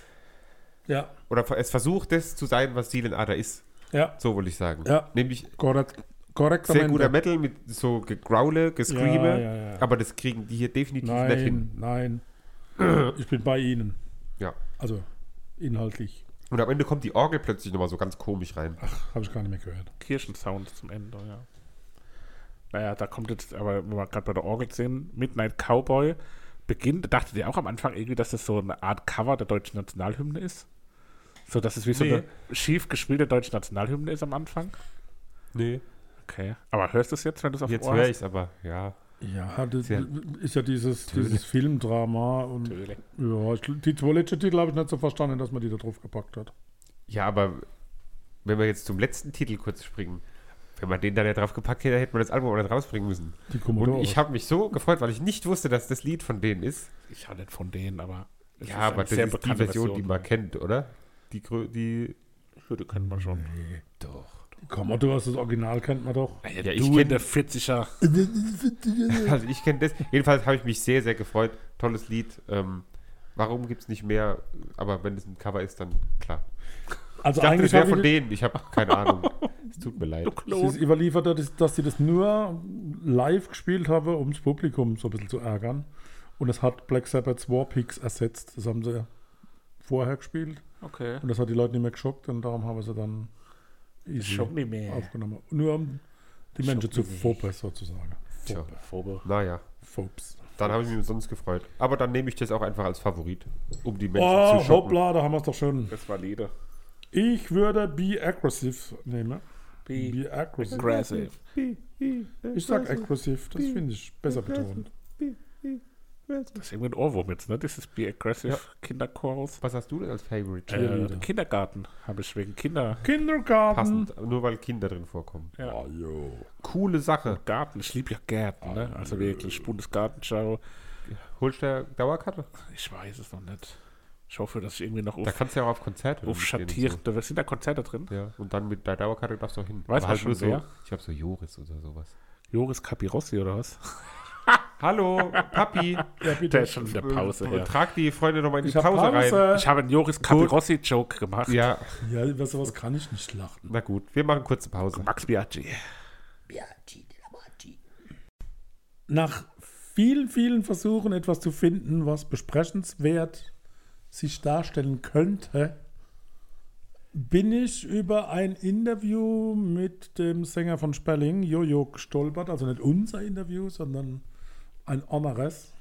S2: Ja.
S3: Oder es versucht, das zu sein, was Seelenader ist.
S2: Ja.
S3: So wollte ich sagen.
S2: Ja.
S3: Nämlich
S2: Korrekt. Korrekt. am
S3: sehr
S2: Ende.
S3: guter Metal mit so Gegraule, Gescreame.
S2: Ja, ja, ja.
S3: Aber das kriegen die hier definitiv nicht hin.
S2: Nein, nein. Ich bin bei Ihnen.
S3: Ja.
S2: Also inhaltlich.
S3: Und am Ende kommt die Orgel plötzlich nochmal so ganz komisch rein.
S2: Habe ich gar nicht mehr gehört.
S1: Kirchensound zum Ende, ja. Naja, da kommt jetzt, aber wenn wir gerade bei der Orgel sehen, Midnight Cowboy beginnt, dachtet ihr auch am Anfang irgendwie, dass das so eine Art Cover der deutschen Nationalhymne ist? So, dass es wie so
S3: Nee.
S1: eine schief gespielte deutsche Nationalhymne ist am Anfang?
S3: Nee.
S1: Okay. Aber hörst du es jetzt, wenn du es auf
S3: Jetzt
S1: Ohr
S3: höre
S1: hast?
S3: ich es aber, ja.
S2: Ja, das
S3: Ja.
S2: ist ja dieses, dieses Filmdrama und
S1: Natürlich.
S2: ja, ich, die toilette Titel habe ich nicht so verstanden, dass man die da drauf gepackt hat.
S3: Ja, aber wenn wir jetzt zum letzten Titel kurz springen, wenn man den da nicht drauf gepackt hätte, hätte man das Album auch nicht rausbringen müssen.
S2: Die
S3: Und
S2: Commodore.
S3: ich habe mich so gefreut, weil ich nicht wusste, dass das Lied von denen ist.
S1: Ich habe nicht von denen, aber. es
S3: Ja,
S1: ist
S3: aber
S1: eine
S3: das ist die Version, die man kennt, oder? Die, grö- die
S1: Ja, die kennt man schon.
S3: Doch.
S2: Die Commodores, das Original kennt man doch.
S1: Ey,
S3: Ja,
S1: du
S3: ich
S1: in
S3: kenn-
S1: der 40er.
S3: Also ich kenne das. Jedenfalls habe ich mich sehr, sehr gefreut. Tolles Lied. Ähm, warum gibt es nicht mehr? Aber wenn es ein Cover ist, dann klar.
S2: Also
S3: Ich dachte, das
S2: eigentlich
S3: wäre
S2: habe
S3: von
S2: ich-
S3: denen. Ich habe keine Ahnung. Es tut mir leid.
S2: Es ist überliefert, dass, dass sie das nur live gespielt haben, um das Publikum so ein bisschen zu ärgern. Und es hat Black Sabbath's War Pigs ersetzt. Das haben sie vorher gespielt.
S1: Okay.
S2: Und das hat die Leute nicht mehr geschockt. Und darum haben sie dann easy
S1: Schon nicht
S3: Oh,
S1: mehr.
S2: aufgenommen. Nur um die Menschen zu Phobes sozusagen.
S3: Tja.
S1: Phobe.
S3: Naja,
S2: Phobes.
S3: dann habe ich mich sonst gefreut. Aber dann nehme ich das auch einfach als Favorit, um die Menschen
S2: Oh,
S3: zu schocken.
S2: hoppla, da haben wir es doch schon.
S1: Das war Lieder.
S2: Ich würde Be Aggressive nehmen. Be Aggressive.
S1: Aggressive.
S2: Ich sag Aggressive, das finde ich besser betont.
S1: Das ist irgendwie ein Ohrwurm jetzt, ne? Das ist Be Aggressive Kinderchorus.
S3: Was hast du denn als Favorite?
S1: Äh,
S2: Cheerleader.
S1: Kindergarten habe ich wegen Kinder.
S2: Kindergarten.
S3: Passend, nur weil Kinder drin vorkommen.
S1: Ja.
S2: Ah, jo.
S3: Coole Sache.
S1: Garten, ich liebe ja Gärten, ne? Also wirklich, Bundesgartenschau.
S3: Holst du Dauerkarte?
S1: Ich weiß es noch nicht. Ich hoffe, dass ich irgendwie noch
S3: Da
S1: auf,
S3: kannst du ja auch auf Konzerte.
S1: auf
S3: mitgehen und
S1: schattiert. Da sind da Konzerte drin.
S3: So. Ja, und dann mit der Dauerkarte darfst du auch hin. halt
S1: Weiß man schon,
S3: so,
S1: wer?
S3: Ich habe so Joris oder sowas.
S1: Joris Capirossi oder was?
S3: Hallo, Papi.
S2: Ja, bitte.
S1: Der ist schon in der Pause.
S3: Äh,
S1: Ja.
S3: Trag die Freunde nochmal in die
S2: Ich hab
S3: Pause, rein.
S1: Ich habe einen Joris Capirossi-Joke gemacht.
S3: Ja,
S2: Ja, über sowas kann ich nicht lachen.
S3: na gut. Wir machen kurze Pause.
S1: Max Biaggi.
S4: Biaggi della Maggi.
S2: nach vielen, vielen Versuchen etwas zu finden, was besprechenswert sich darstellen könnte, bin ich über ein Interview mit dem Sänger von Spelling, Jojo, gestolpert. Also nicht unser Interview, sondern ein anderes.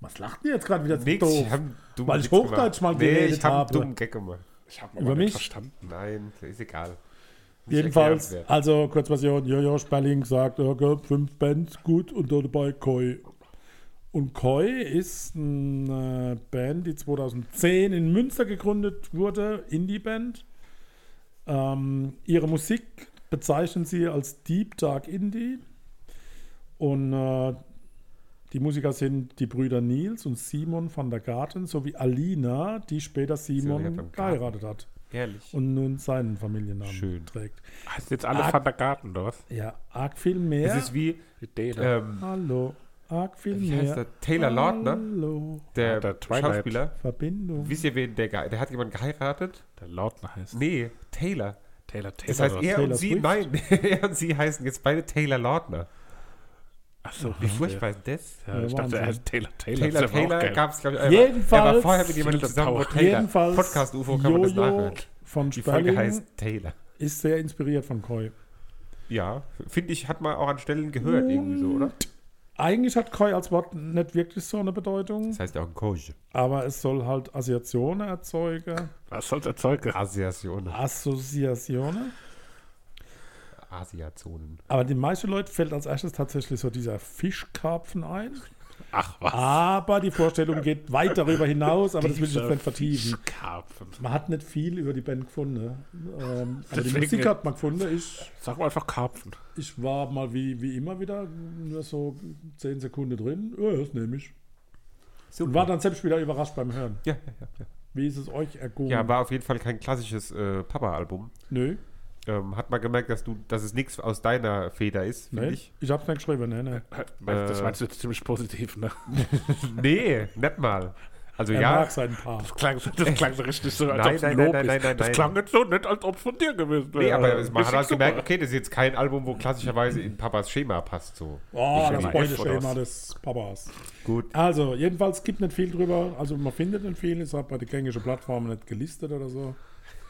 S2: Was lacht ihr jetzt gerade wieder so
S3: Nix, ich hab einen dummen
S2: Weil ich
S3: Witz gemacht.
S2: Hochdeutsch mal
S3: nee,
S2: geredet
S3: ich hab einen
S2: habe.
S3: dummen Gag gemacht.
S1: Ich habe
S2: Über mich?
S1: verstanden.
S3: Nein, ist egal. Nicht
S2: Jedenfalls,
S3: erklärenswert.
S2: also Kurzversion, Jojo Sperling sagt, ja, gell, fünf Bands, gut, und da dabei Koi. Und Koi ist eine Band, die 2010 in Münster gegründet wurde, Indie-Band. Ähm, ihre Musik bezeichnen sie als Deep Dark Indie. Und äh, die Musiker sind die Brüder Nils und Simon van der Garten sowie Alina, die später
S3: ja
S2: Simon
S3: beim Garten.
S2: geheiratet hat
S3: Herrlich.
S2: und nun seinen Familiennamen
S3: Schön.
S2: trägt.
S1: Heißt jetzt alle
S2: Ah.
S1: Van der Garten, oder was?
S2: Ja, arg viel mehr.
S3: Es ist wie,
S1: Däne.
S3: ähm,
S2: Hallo, arg viel
S3: wie
S2: mehr.
S3: heißt der? Taylor Lautner,
S2: Hallo,
S3: der,
S1: Ah, der Twilight.
S3: Schauspieler.
S2: Verbindung.
S3: Wisst ihr, wen der, ge- der hat jemanden geheiratet?
S1: Der Lautner heißt.
S3: Ähm, Nee, Taylor.
S1: Taylor
S3: Das
S1: Taylor.
S3: heißt, er
S2: Taylor
S3: und sie,
S2: Swift.
S3: nein, er und sie heißen jetzt beide Taylor Lautner.
S1: Achso,
S3: Wie furchtbar ist das?
S1: Ja, ich
S2: Ja,
S1: dachte, er
S2: Wahnsinn.
S1: heißt Taylor Taylor.
S3: Taylor
S1: Das ist aber auch
S3: Taylor
S1: geil.
S3: gab es, glaube ich, Er war
S2: Jedenfalls-
S3: vorher mit jemandem
S1: Schilder
S3: zusammen, wo
S1: Tower.
S3: Taylor.
S2: Jedenfalls
S3: Podcast-UFO kann man das
S2: Jojo
S3: nachhören.
S2: von
S3: Die Folge
S2: Sperling
S3: heißt Taylor.
S2: ist sehr inspiriert von Koi.
S3: Ja, finde ich, hat man auch an Stellen gehört, irgendwie so, oder?
S2: Eigentlich hat Koi als Wort nicht wirklich so eine Bedeutung,
S3: Das heißt ja auch ein Coach.
S2: aber es soll halt Assoziationen erzeugen.
S1: Was soll der Zeug?
S3: Asiationen.
S2: Assoziationen.
S3: Asiazonen.
S2: Aber den meisten Leuten fällt als erstes tatsächlich so dieser Fischkarpfen ein.
S1: Ach, was?
S2: Aber die Vorstellung geht weit darüber hinaus, aber das will ich jetzt nicht vertiefen.
S1: Fischkarpfen.
S2: Man hat nicht viel über die Band gefunden. Ähm, aber die
S1: Deswegen-
S2: Musik hat man gefunden. Ich,
S1: Sag mal einfach Karpfen.
S2: ich war mal wie, wie immer wieder nur so 10 Sekunden drin. Ja, das nehme ich.
S3: Super.
S2: Und war dann selbst wieder überrascht beim Hören.
S3: ja, ja, ja, ja.
S2: Wie ist es euch ergoben?
S3: ja, war auf jeden Fall kein klassisches äh, Papa-Album.
S2: Nö,
S3: Ähm, hat man gemerkt, dass du, dass es nichts aus deiner Feder ist, finde
S2: nein.
S3: ich.
S2: Ich, hab's nicht geschrieben. Nee, nee.
S1: Das
S3: Äh.
S1: meinst du jetzt ziemlich positiv, ne?
S3: Nee, nicht mal. Also
S2: Er
S3: ja,
S2: mag seinen Paar.
S1: Das klang, so- das klang so richtig so, als
S3: Nein,
S1: ob es
S3: nein,
S1: ein
S3: nein,
S1: Lob
S3: nein,
S1: ist.
S3: nein, nein,
S1: Das
S3: nein.
S1: klang jetzt so nicht, als ob es von dir gewesen wäre.
S3: nee, aber es- man
S1: Ich
S3: hat halt
S1: super.
S3: gemerkt, okay, das ist jetzt kein Album, wo klassischerweise in Papas Schema passt. So.
S2: Oh, das
S3: Schema F
S2: Beuteschema
S3: oder
S2: des Papas.
S3: Gut.
S2: Also, jedenfalls gibt nicht viel drüber. Also, man findet nicht viel. Ist halt bei den gängigen Plattformen nicht gelistet oder so.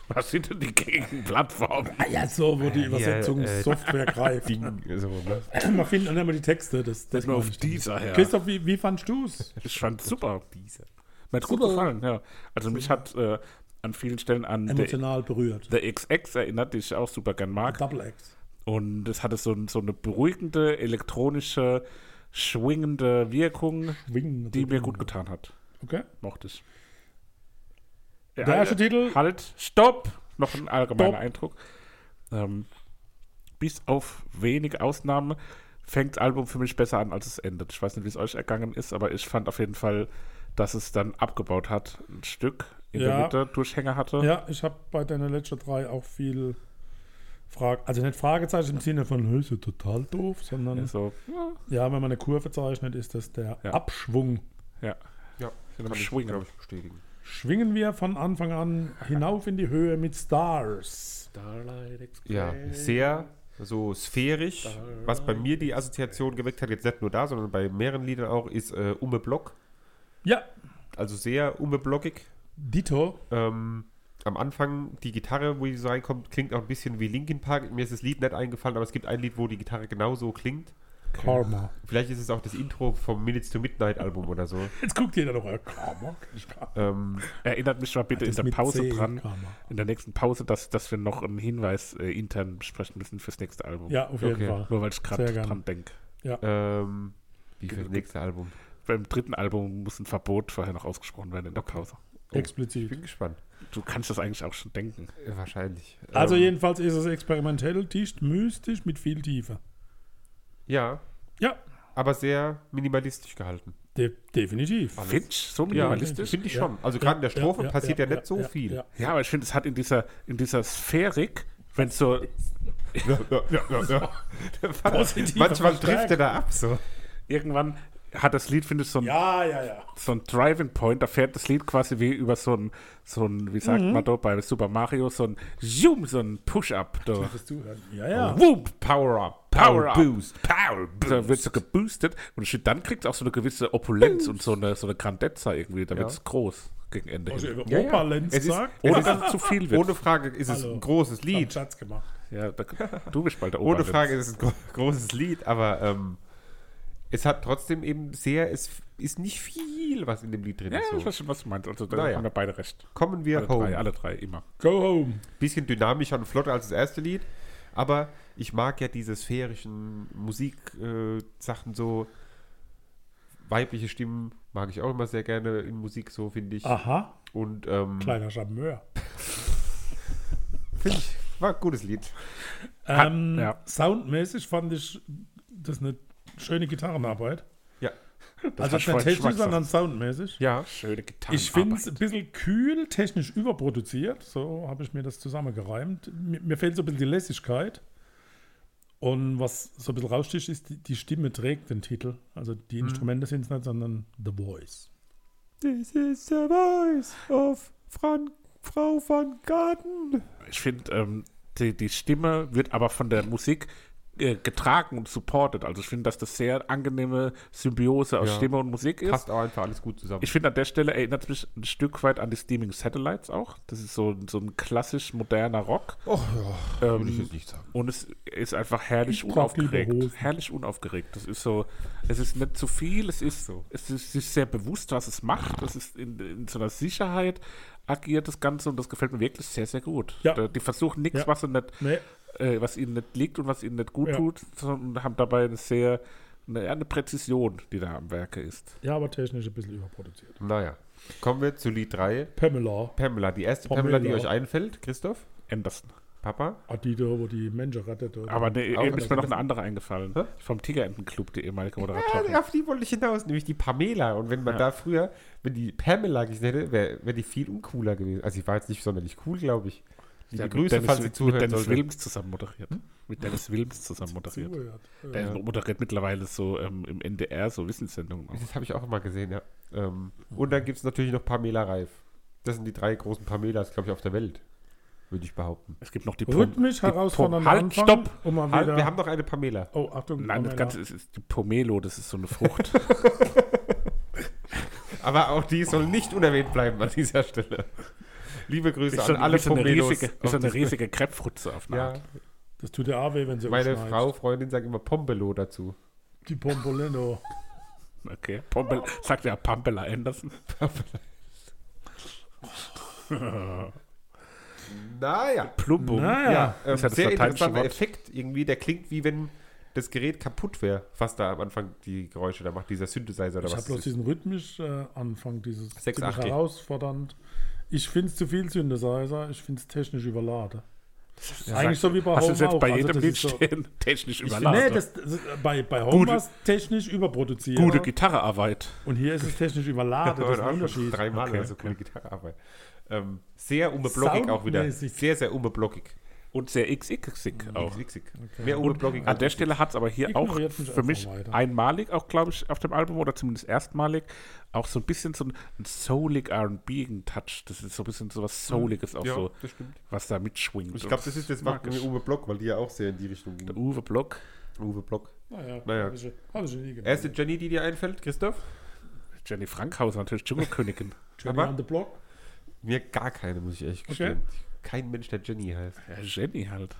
S1: Was sind denn die gängigen Plattformen?
S2: Ah ja, äh, so, wo die Übersetzungssoftware greift.
S3: Ding, so, ne?
S2: Man findet dann immer die Texte. Das, das
S1: Nur
S2: meine
S1: auf
S2: ich
S1: dieser
S2: damit.
S1: her.
S2: Christoph, wie, wie fandst du es?
S1: Ich fand super. Mir hat gut
S2: Super.
S1: gefallen, ja. Also mich hat äh, an vielen Stellen an The,
S2: Emotional berührt.
S1: The XX erinnert, die ich auch super gern mag.
S2: Double X.
S1: Und es hatte so, ein- so eine beruhigende, elektronische, schwingende Wirkung,
S2: Wing.
S1: die mir gut getan hat.
S2: Okay.
S1: Mochte ich.
S2: Der erste Titel.
S1: Halt, stopp! Noch ein allgemeiner
S2: Stopp.
S1: Eindruck. Ähm, bis auf wenige Ausnahmen fängt das Album für mich besser an, als es endet. Ich weiß nicht, wie es euch ergangen ist, aber ich fand auf jeden Fall, dass es dann abgebaut hat. Ein Stück in der
S2: Ja.
S1: Mitte Durchhänger hatte.
S2: Ja, ich habe bei deiner letzten drei auch viel Frag also nicht Fragezeichen im Sinne von "Hö, ist ja total doof, sondern
S1: So,
S2: ja, wenn man eine Kurve zeichnet, ist das der
S1: Ja.
S2: Abschwung.
S1: ja.
S3: Ja,
S1: Sind
S3: kann
S1: am
S3: ich,
S1: Schwingen.
S3: glaube ich, bestätigen.
S2: Schwingen wir von Anfang an hinauf in die Höhe mit Stars.
S3: Ja, sehr so sphärisch. Was bei mir die Assoziation geweckt hat, jetzt nicht nur da, sondern bei mehreren Liedern auch, ist äh, Umme Block.
S2: Ja,
S3: Also sehr Umme Blockig.
S2: Dito.
S3: Ähm, am Anfang die Gitarre, wo die so reinkommt, klingt auch ein bisschen wie Linkin Park. Mir ist das Lied nicht eingefallen, aber es gibt ein Lied, wo die Gitarre genauso klingt.
S2: Karma.
S3: Vielleicht ist es auch das Intro vom Minutes to Midnight Album oder so.
S2: Jetzt guckt jeder noch, ja, Karma. kenn ich gar nicht.
S3: Ähm,
S1: Erinnert mich mal bitte in
S2: Das
S1: der
S2: mit
S1: Pause
S2: C,
S1: dran,
S2: Karma.
S1: in der nächsten Pause, dass, dass wir noch einen Hinweis äh, intern besprechen müssen fürs nächste Album.
S2: Ja, auf jeden
S3: Okay.
S2: Fall.
S1: Nur weil ich gerade
S2: Sehr gerne.
S1: dran denke.
S3: ähm, wie für das nächste Album.
S1: Beim dritten Album muss ein Verbot vorher noch ausgesprochen werden in der Pause.
S3: Ich
S2: Explizit.
S3: bin gespannt.
S1: Du kannst das eigentlich auch schon denken.
S3: Äh, wahrscheinlich.
S2: Also
S3: Ähm,
S2: jedenfalls ist es experimentell, dicht, mystisch, mit viel Tiefe.
S3: ja,
S2: Ja,
S3: aber sehr minimalistisch gehalten.
S2: de definitiv.
S1: Finch, so
S3: Ja,
S1: minimalistisch.
S3: finde ich schon. Also gerade in der Strophe passiert ja, nicht so viel.
S2: Ja,
S1: Ja, aber ich finde, es hat in dieser, in dieser Sphärik, wenn es so,
S3: Ja, ja, ja, ja. Der Vater-
S2: Positiv,
S3: Manchmal
S2: aber
S3: trifft
S2: stark.
S3: er da ab so.
S1: irgendwann hat das Lied, finde ich,
S3: Ähm.
S1: so ein,
S2: ja, ja. ja.
S1: so ein Driving Point, da fährt das Lied quasi wie über so ein, so ein wie
S2: Mhm.
S1: sagt man da bei Super Mario, so ein Zoom, so ein Push-Up. da.
S2: Willst du hören? Ja, ja.
S1: Whoop, Power-Up. Power up.
S3: Boost, Power
S1: Da wird so
S3: Boost.
S1: geboostet und dann kriegt es auch so eine gewisse Opulenz und so eine, so eine Grandezza irgendwie. Da
S3: Ja.
S1: wird es groß gegen Ende
S2: Also
S1: hin.
S2: über
S3: Ja, ja.
S2: Opa Lenz
S3: Es ist-
S2: sagt,
S1: Ohne
S2: das
S1: dass es zu viel wird.
S3: Ohne Frage ist es
S2: Hallo.
S3: ein großes
S2: hat einen
S3: Lied.
S2: Schatz gemacht.
S1: ja, da, du bist bald der
S3: Ohne
S1: Oberlenz.
S3: Frage ist es ein gro großes Lied, aber ähm, es hat trotzdem eben sehr, es ist nicht viel, was in dem Lied drin
S1: Ja,
S3: ist.
S1: ich
S3: So.
S1: weiß schon, was du meinst. Also da
S3: Naja.
S1: haben wir beide recht.
S3: Kommen wir
S1: Alle
S3: home.
S1: drei, alle drei, immer.
S2: Go home.
S3: bisschen dynamischer und flotter als das erste Lied. Aber ich mag ja diese sphärischen Musiksachen, äh, Sachen so weibliche Stimmen mag ich auch immer sehr gerne in Musik, so finde ich.
S2: Aha,
S3: Und ähm,
S2: kleiner Charmeur.
S3: finde ich, war ein gutes Lied.
S2: Ähm,
S1: ja.
S2: Soundmäßig fand ich das eine schöne Gitarrenarbeit.
S3: Ja.
S2: also
S1: hat
S2: nicht
S1: vorhin schon mal
S2: technisch, sondern soundmäßig.
S3: Ja.
S1: Schöne Gitarre.
S2: Ich finde es ein bisschen kühl, technisch überproduziert. So habe ich mir das zusammengereimt. Mir, mir fehlt so ein bisschen die Lässigkeit. Und was so ein bisschen raussticht, ist, die, die Stimme trägt den Titel. Also die
S1: Mhm.
S2: Instrumente sind es nicht, sondern The Voice.
S3: This is the voice of Frank, Frau van Garten.
S1: Ich finde, ähm, die, die Stimme wird aber von der Musik äh, getragen und supported. Also ich finde, dass das sehr angenehme Symbiose aus
S3: Ja.
S1: Stimme und Musik ist.
S3: Passt auch einfach alles gut zusammen.
S1: Ich finde, an der Stelle erinnert es mich ein Stück weit an die Steaming Satellites auch. Das ist so, so ein klassisch moderner Rock.
S3: oh, ja,
S1: Ähm,
S3: nicht sagen.
S1: und es ist einfach herrlich
S2: Ich brauch lieber
S1: unaufgeregt.
S2: Hosen.
S1: Herrlich unaufgeregt. Das ist so, es ist nicht zu viel, es ist,
S3: So.
S1: es ist sich sehr bewusst, was es macht. Es ist in, in so einer Sicherheit agiert das Ganze und das gefällt mir wirklich sehr, sehr gut.
S2: Ja.
S1: Da, die versuchen nichts,
S2: Ja.
S1: was sie nicht
S2: Nee,
S1: äh, was ihnen nicht liegt und was ihnen nicht gut
S2: Ja.
S1: tut, sondern haben dabei eine sehr eine, eine Präzision, die da am Werke ist.
S2: ja, aber technisch ein bisschen überproduziert.
S3: Naja. Kommen wir zu Lied 3.
S2: Pamela,
S3: Pamela, die erste Pamela,
S2: Pamela.
S3: die euch einfällt, Christoph,
S1: Anderson.
S3: Papa.
S2: ah, die da, wo die Menschen rettet. oder?
S1: Aber ne,
S3: Auch
S1: eben ist mir noch
S3: Anderson.
S1: eine andere eingefallen.
S3: Hä?
S1: Vom Tigerentenclub, die ehemalige Moderatorin.
S3: Ja, auf Ah, die wollte ich hinaus, nämlich die Pamela. Und wenn man
S1: Ja.
S3: da früher, wenn die Pamela gesehen hätte, wäre wär die viel uncooler gewesen. Also die war jetzt nicht sonderlich cool, glaube ich.
S1: Die
S3: Liebe
S1: hat mit
S3: Grüße,
S1: Dennis,
S3: falls sie
S1: mit Dennis
S3: zuhören sollte.
S1: Wilms zusammen moderiert. Mit Dennis Wilms zusammen moderiert.
S2: Zuhört. Hm? Ja.
S1: Der moderiert mittlerweile so ähm, im NDR so Wissenssendungen. auch.
S3: Das habe ich auch immer gesehen, ja. Ähm,
S1: Mhm.
S3: und dann gibt es natürlich noch Pamela Reif. Das sind die drei großen Pamelas, glaube ich, auf der Welt. Würde ich behaupten.
S1: Es gibt noch die
S2: Rhythmisch
S1: die
S2: herausfordernd
S1: Pom- Halt, stopp!
S2: Um mal
S3: Halt,
S2: wieder,
S3: wir haben noch eine Pamela.
S2: oh, Achtung,
S1: Nein,
S2: Pamela.
S1: das Ganze ist, ist die Pomelo, das ist so eine Frucht.
S3: Aber auch die soll nicht unerwähnt bleiben an dieser Stelle. Liebe Grüße
S1: ist so
S3: an alle
S1: ist so eine
S3: Pomelos.
S1: riesige, ist so eine riesige Krebfrutze auf eine
S3: ja,
S1: Art.
S2: das tut ja auch weh, wenn sie
S3: meine
S2: umschneidet.
S3: Frau, Freundin sagt immer Pombelo dazu.
S2: Die Pompolino.
S1: Okay. Pompel, sagt ja Pamela Anderson.
S3: Naja.
S1: Plumbum.
S2: Naja.
S3: Ja, ähm,
S1: Ist ja das
S3: sehr
S1: lateinische
S3: interessanter
S1: Wort.
S3: Effekt irgendwie. Der klingt wie wenn das Gerät kaputt wäre, was da am Anfang die Geräusche da macht, dieser Synthesizer oder
S2: Ich habe
S3: was. das
S2: bloß
S3: ist.
S2: diesen rhythmisch äh, Anfang, dieses
S3: 6,
S2: ziemlich
S3: 8G.
S2: herausfordernd. Ich finde es zu viel Synthesizer, ich finde es technisch überladen.
S1: Ja,
S2: Eigentlich
S1: sag-
S2: so wie bei
S1: Hast du
S2: Home
S1: es jetzt
S2: auch.
S1: bei
S2: Also
S1: jedem
S2: das
S1: Lied
S2: ist so-
S1: stehen? Technisch
S2: Ich
S1: überladen.
S2: find, nee, das, das, bei, bei Home
S1: Gute-
S2: war es technisch überproduziert.
S1: Gute Gitarrearbeit.
S2: Und hier ist es technisch überladen. Das ist ein Unterschied.
S3: Dreimal
S1: Okay,
S3: oder so
S1: okay.
S3: coole Gitarrearbeit. Ähm, sehr umeblockig auch wieder.
S2: Soundmäßig.
S3: Sehr, sehr umeblockig.
S1: Und sehr xxig auch.
S3: Wichsig. Mehr umeblockig.
S1: An der Stelle hat es aber hier auch
S2: Ignoriert mich
S1: für
S2: einfach
S1: mich
S2: weiter.
S1: einmalig, auch glaube ich, auf dem Album oder zumindest erstmalig, auch so ein bisschen so ein, ein soulig R&B-Touch. Das ist so ein bisschen so
S2: Mhm.
S1: was Souliges auch
S3: ja,
S1: so,
S3: das stimmt.
S1: was da mitschwingt.
S3: Und ich glaube, das ist das
S1: mag
S3: macht mit
S1: ich.
S3: Uwe Block, weil die ja auch sehr in die Richtung ging.
S1: Uwe Block.
S3: Uwe Block.
S2: Naja,
S3: Naja.
S2: Habe ich, hab ich nie gemacht.
S3: Erste Jenny, die dir einfällt, Christoph?
S1: Jenny
S3: Hm?
S1: Frankhauser natürlich, Dschungelkönigin.
S2: Johnny
S3: aber-
S2: on the Block.
S3: Mir gar keine, muss ich ehrlich gestehen. Kein Mensch, der Jenny heißt.
S1: ja, Jenny halt.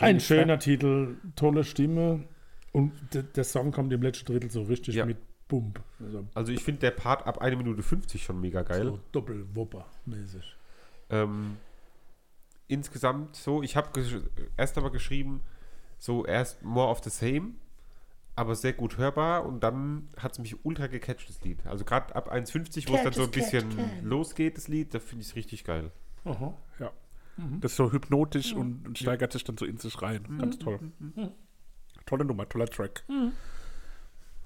S2: Ein
S1: Jenny
S2: schöner Titel, tolle Stimme. Und de- der Song kommt im letzten Drittel so richtig
S3: Ja.
S2: mit Bump. Also
S3: Also ich finde der Part ab 1 Minute 50 schon mega geil.
S2: so Doppelwupper-mäßig.
S3: Ähm, insgesamt so, ich habe erst einmal geschrieben, so erst more of the same, aber sehr gut hörbar und dann hat es mich ultra gecatcht, das Lied. Also gerade ab 1,50, wo es dann so ein bisschen losgeht, das Lied, da finde ich es richtig geil.
S2: Aha.
S1: Ja.
S2: Mhm.
S1: Das ist so hypnotisch und, und steigert sich dann so in sich rein. Ganz toll.
S2: Mhm.
S1: Tolle Nummer, toller Track.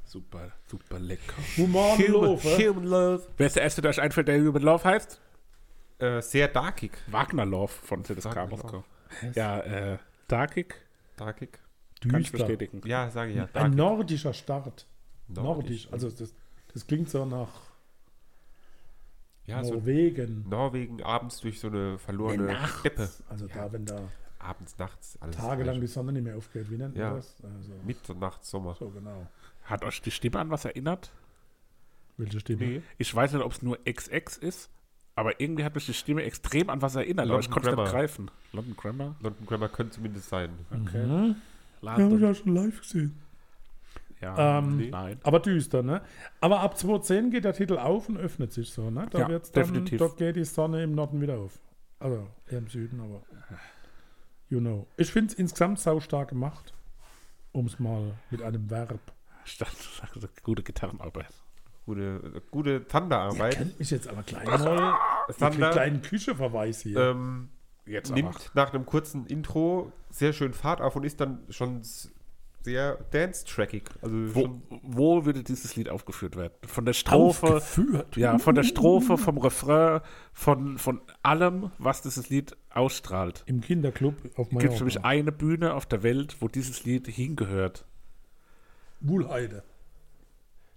S1: Super, super lecker.
S2: Human Love.
S3: Human Love.
S1: Wer ist der Erste, der euch einfällt, der Human Love heißt?
S3: Äh, sehr darkig.
S1: Wagner Love von CSK
S3: Wagner
S1: Moskau.
S3: Love.
S1: Ja, äh, Darkig,
S3: Darkig.
S1: kann ich bestätigen.
S3: Ja, sage ich ja.
S2: Ein
S3: darkig.
S2: nordischer Start.
S3: Nordisch.
S2: Nordisch. Also das, das klingt so nach
S3: Ja, so
S2: Norwegen.
S3: Norwegen abends durch so eine verlorene
S1: Eine Nacht.
S3: Steppe.
S2: Also da, wenn da
S3: abends, nachts, alles.
S2: Tagelang die
S3: gleich.
S2: Sonne nicht mehr aufgeht. Wie nennt man
S3: Ja.
S2: das? Also,
S3: Mitternacht, Sommer.
S2: so genau.
S1: Hat euch die Stimme an was erinnert?
S2: Welche Stimme?
S3: Nee.
S1: Ich weiß nicht, ob es nur XX ist, aber irgendwie hat mich die Stimme extrem an was erinnert. aber ich
S3: London
S1: konnte es nicht
S3: Grammar.
S1: greifen. London Grammar?
S3: London Grammar könnte zumindest sein.
S1: Okay.
S2: Mhm. Ja, hab ich
S1: London.
S2: ja schon live gesehen.
S1: Ja,
S2: Ähm,
S3: nee.
S1: nein.
S2: Aber düster, ne? Aber ab 2010 geht der Titel auf und öffnet sich so, ne? Da
S1: Ja,
S2: wird's dann,
S1: definitiv.
S2: Da geht die Sonne im Norden wieder auf. Also eher im Süden, aber you know. Ich finde es insgesamt saustark gemacht. Um es mal mit einem Verb.
S1: Stand, gute Gitarrenarbeit.
S3: Gute, gute Thunderarbeit.
S2: Kennt mich jetzt aber gleich mal. Einen
S3: Thunder
S2: kleinen Kücheverweis hier.
S1: Äh,
S3: ähm,
S1: Jetzt aber.
S3: nimmt nach einem kurzen Intro sehr schön Fahrt auf und ist dann schon s- sehr dance-trackig. Also
S1: Wo,
S3: schon
S1: wo würde dieses Lied aufgeführt werden? Von der Strophe,
S2: Aufgeführt.
S1: ja, von der Strophe, vom Refrain, von, von allem, was dieses Lied ausstrahlt.
S2: Im Kinderclub auf
S1: Gibt es
S2: Mallorca.
S1: für mich eine Bühne auf der Welt, wo dieses Lied hingehört?
S2: Wuhlheide.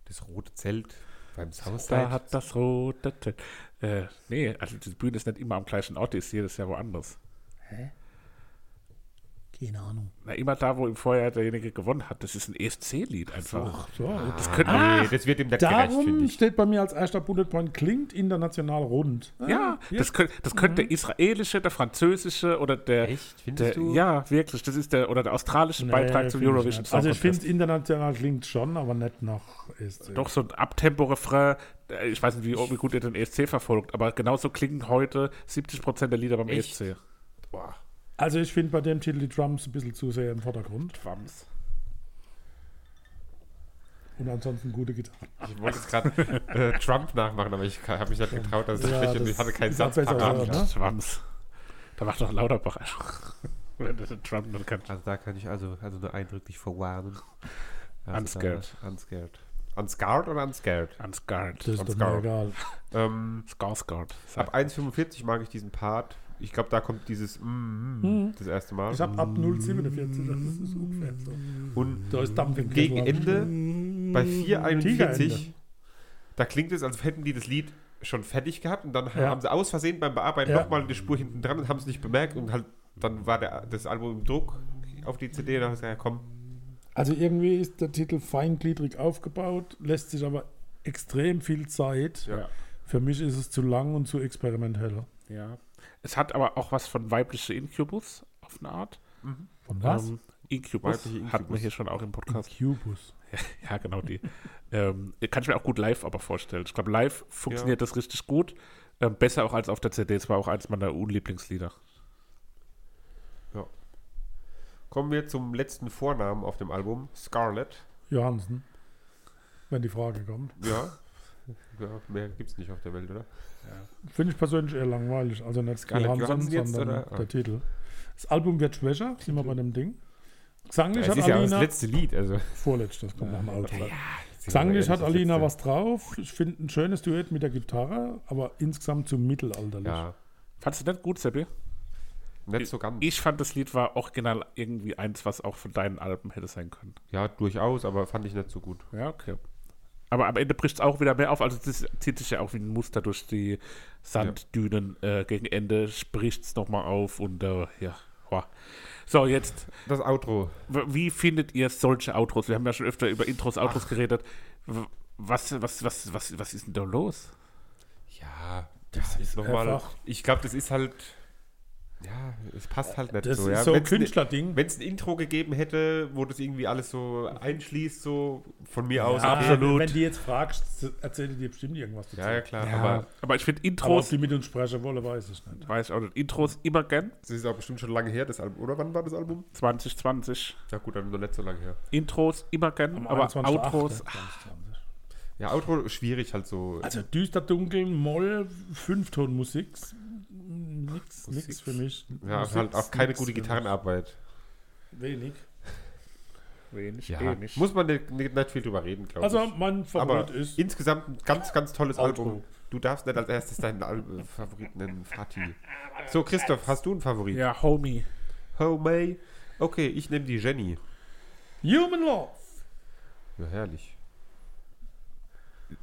S3: das rote Zelt beim
S1: Da
S3: Southside.
S1: hat das rote Tett. Äh, nee, also die Bühne ist nicht immer am gleichen Ort, die ist jedes Jahr woanders.
S4: Keine Ahnung.
S1: Na, immer da, wo im Vorjahr derjenige gewonnen hat. Das ist ein ESC-Lied einfach.
S2: Ach so, Ah. jetzt
S1: Das könnte
S3: nee, das wird ihm nicht gerecht, finde
S2: Darum
S3: ich.
S2: steht bei mir als erster Bullet Point, klingt international rund.
S1: ja,
S2: ja. Mhm.
S1: das könnte, das könnte der israelische, der französische oder der.
S3: Echt?
S1: der
S3: Findest du?
S1: ja, wirklich. Das ist der oder der australische
S2: Nee,
S1: Beitrag zum
S2: find ich
S1: Eurovision
S2: nicht. Also ich
S1: Contest.
S2: finde, international klingt schon, aber nicht nach ist.
S1: Doch so ein Abtempo-Refrain. äh, Ich weiß nicht, wie, wie gut ihr den ESC verfolgt, aber genauso klingen heute 70% der Lieder beim E
S3: Echt?
S1: ESC.
S3: Boah.
S2: Also ich finde bei dem Titel die Drums ein bisschen zu sehr im Vordergrund
S1: Wams.
S2: und ansonsten gute Gitarre.
S3: Ich wollte jetzt gerade äh, Trump nachmachen, aber ich habe mich nicht getraut, dass ich
S2: Ja,
S3: spreche.
S2: das
S3: Ich hatte keinen
S2: ist auch
S3: Satz
S2: besser,
S3: parat.
S2: ja.
S1: Schwamms. Da macht doch Lauterbach einfach. Wenn das der Trump dann kann.
S3: Also da kann ich also, also nur eindrücklich verwarnen. Also
S1: Unscared.
S3: Da, unscared. Unscared oder unscared?
S1: Unscarred.
S2: Das ist
S3: Ganz
S2: doch
S3: gar-
S2: mir egal.
S3: Ähm,
S1: Skarsgård.
S3: ab 1,45 mag ich diesen Part. Ich glaube, da kommt dieses mm, mm, das erste Mal.
S2: Ich habe ab 0,47, das ist ungefähr so.
S3: Und
S2: Da ist Dampf im
S3: gegen
S2: Kessel, hab ich
S3: Ende
S2: gehört.
S3: bei
S2: Tigerende.
S3: 4,41, da klingt es, als hätten die das Lied schon fertig gehabt und dann
S2: Ja.
S3: haben sie aus Versehen beim Bearbeiten
S2: Ja.
S3: nochmal eine Spur hinten dran und haben es nicht bemerkt und halt dann war der, das Album im Druck auf die CD und dann haben sie gesagt, ja, komm,
S2: Also irgendwie ist der Titel feingliedrig aufgebaut, lässt sich aber extrem viel Zeit.
S3: Ja.
S2: Für mich ist es zu lang und zu experimentell.
S1: Ja. Es hat aber auch was von weibliche Incubus auf eine Art.
S2: Von
S1: Ähm, Incubus,
S3: Weibliche
S1: hatten wir
S3: Incubus.
S1: hier schon auch im Podcast.
S2: Cubus.
S1: Ja, genau die. ähm, kann ich mir auch gut live aber vorstellen. Ich glaube, live funktioniert das richtig gut. Ähm, besser auch als auf der CD. Es war auch eins meiner Unlieblingslieder.
S3: kommen wir zum letzten Vornamen auf dem Album, Scarlett.
S2: Johansen. Wenn die Frage kommt.
S3: Ja. ja mehr gibt's nicht auf der Welt, oder?
S2: Finde ich persönlich eher langweilig. Also nicht
S3: Scarlett
S2: Johansson,
S3: Johansson jetzt,
S2: sondern
S3: oder? Ah.
S2: der Titel. Das Album wird schwächer, sind wir bei dem Ding. Gesanglich
S3: es
S2: hat
S3: ist ja das
S2: Alina...
S3: letzte Lied, also.
S2: Vorletztes kommt nach dem Auto. Gesanglich hat Alina was drauf. Ich finde ein schönes Duett mit der Gitarre, aber insgesamt zu mittelalterlich.
S3: Ja,
S1: Fandest du das gut, Seppi?
S3: nicht so ganz.
S1: Ich fand, das Lied war original irgendwie eins, was auch von deinen Alben hätte sein können.
S3: Ja, durchaus, aber fand ich nicht so gut.
S1: Ja, okay. Aber am Ende bricht es auch wieder mehr auf. Also das zieht sich ja auch wie ein Muster durch die Sanddünen. Äh, gegen Ende spricht es nochmal auf und äh, ja. Boah. So, jetzt,
S3: Das Outro.
S1: w- wie findet ihr solche Outros? Wir haben ja schon öfter über Intros, Outros geredet. W- Was, was, was, was, was ist denn da los?
S3: Ja, das ist nochmal.
S2: einfach-
S3: Ich glaube, das ist halt. Ja, es passt halt nicht
S2: Das
S3: so.
S2: ist
S3: ja.
S2: so ein
S3: Wenn's ne-
S2: Künstlerding.
S3: Wenn es ein Intro gegeben hätte, wo das irgendwie alles so einschließt, so von mir aus.
S2: Ja,
S3: okay.
S2: Wenn du die jetzt fragst, erzählt die dir bestimmt irgendwas dazu.
S3: Ja, ja, klar,
S1: Aber,
S3: aber
S1: aber ich finde
S2: Aber ob
S1: Intros,
S2: die mit uns sprechen wollen, weiß ich nicht.
S1: weiß ich auch nicht, Intros immer gern.
S3: das ist auch bestimmt schon lange her, das Album. Oder wann war das Album?
S1: 2020.
S3: Ja, gut, dann noch nicht so lange her.
S1: Intros immer
S3: Um
S1: gern, aber
S2: 21.8.,
S1: Outros,
S2: 2020.
S3: Ja, Outro schwierig halt so.
S2: Also düster, dunkel, Moll, Fünftonmusik. Nix, nix für mich.
S3: ja,
S2: Musik
S3: halt auch
S2: ist
S3: keine
S2: nix
S3: gute
S2: für mich.
S3: Gitarrenarbeit.
S2: Wenig.
S1: wenig, eh
S3: Ja,
S1: wenig.
S3: muss man nicht, nicht, nicht viel drüber reden, glaube
S2: Also
S3: ich.
S2: mein
S3: Aber
S2: Favorit ist
S3: insgesamt ein ganz, ganz tolles
S2: Outro.
S3: Album. Du darfst nicht als erstes deinen Al Favoriten nennen, Fatih. So, Christoph, hast du einen Favorit?
S1: Ja, Homie.
S3: Oh, May. Okay, ich nehme die Jenny.
S2: Human Love.
S3: Ja, herrlich.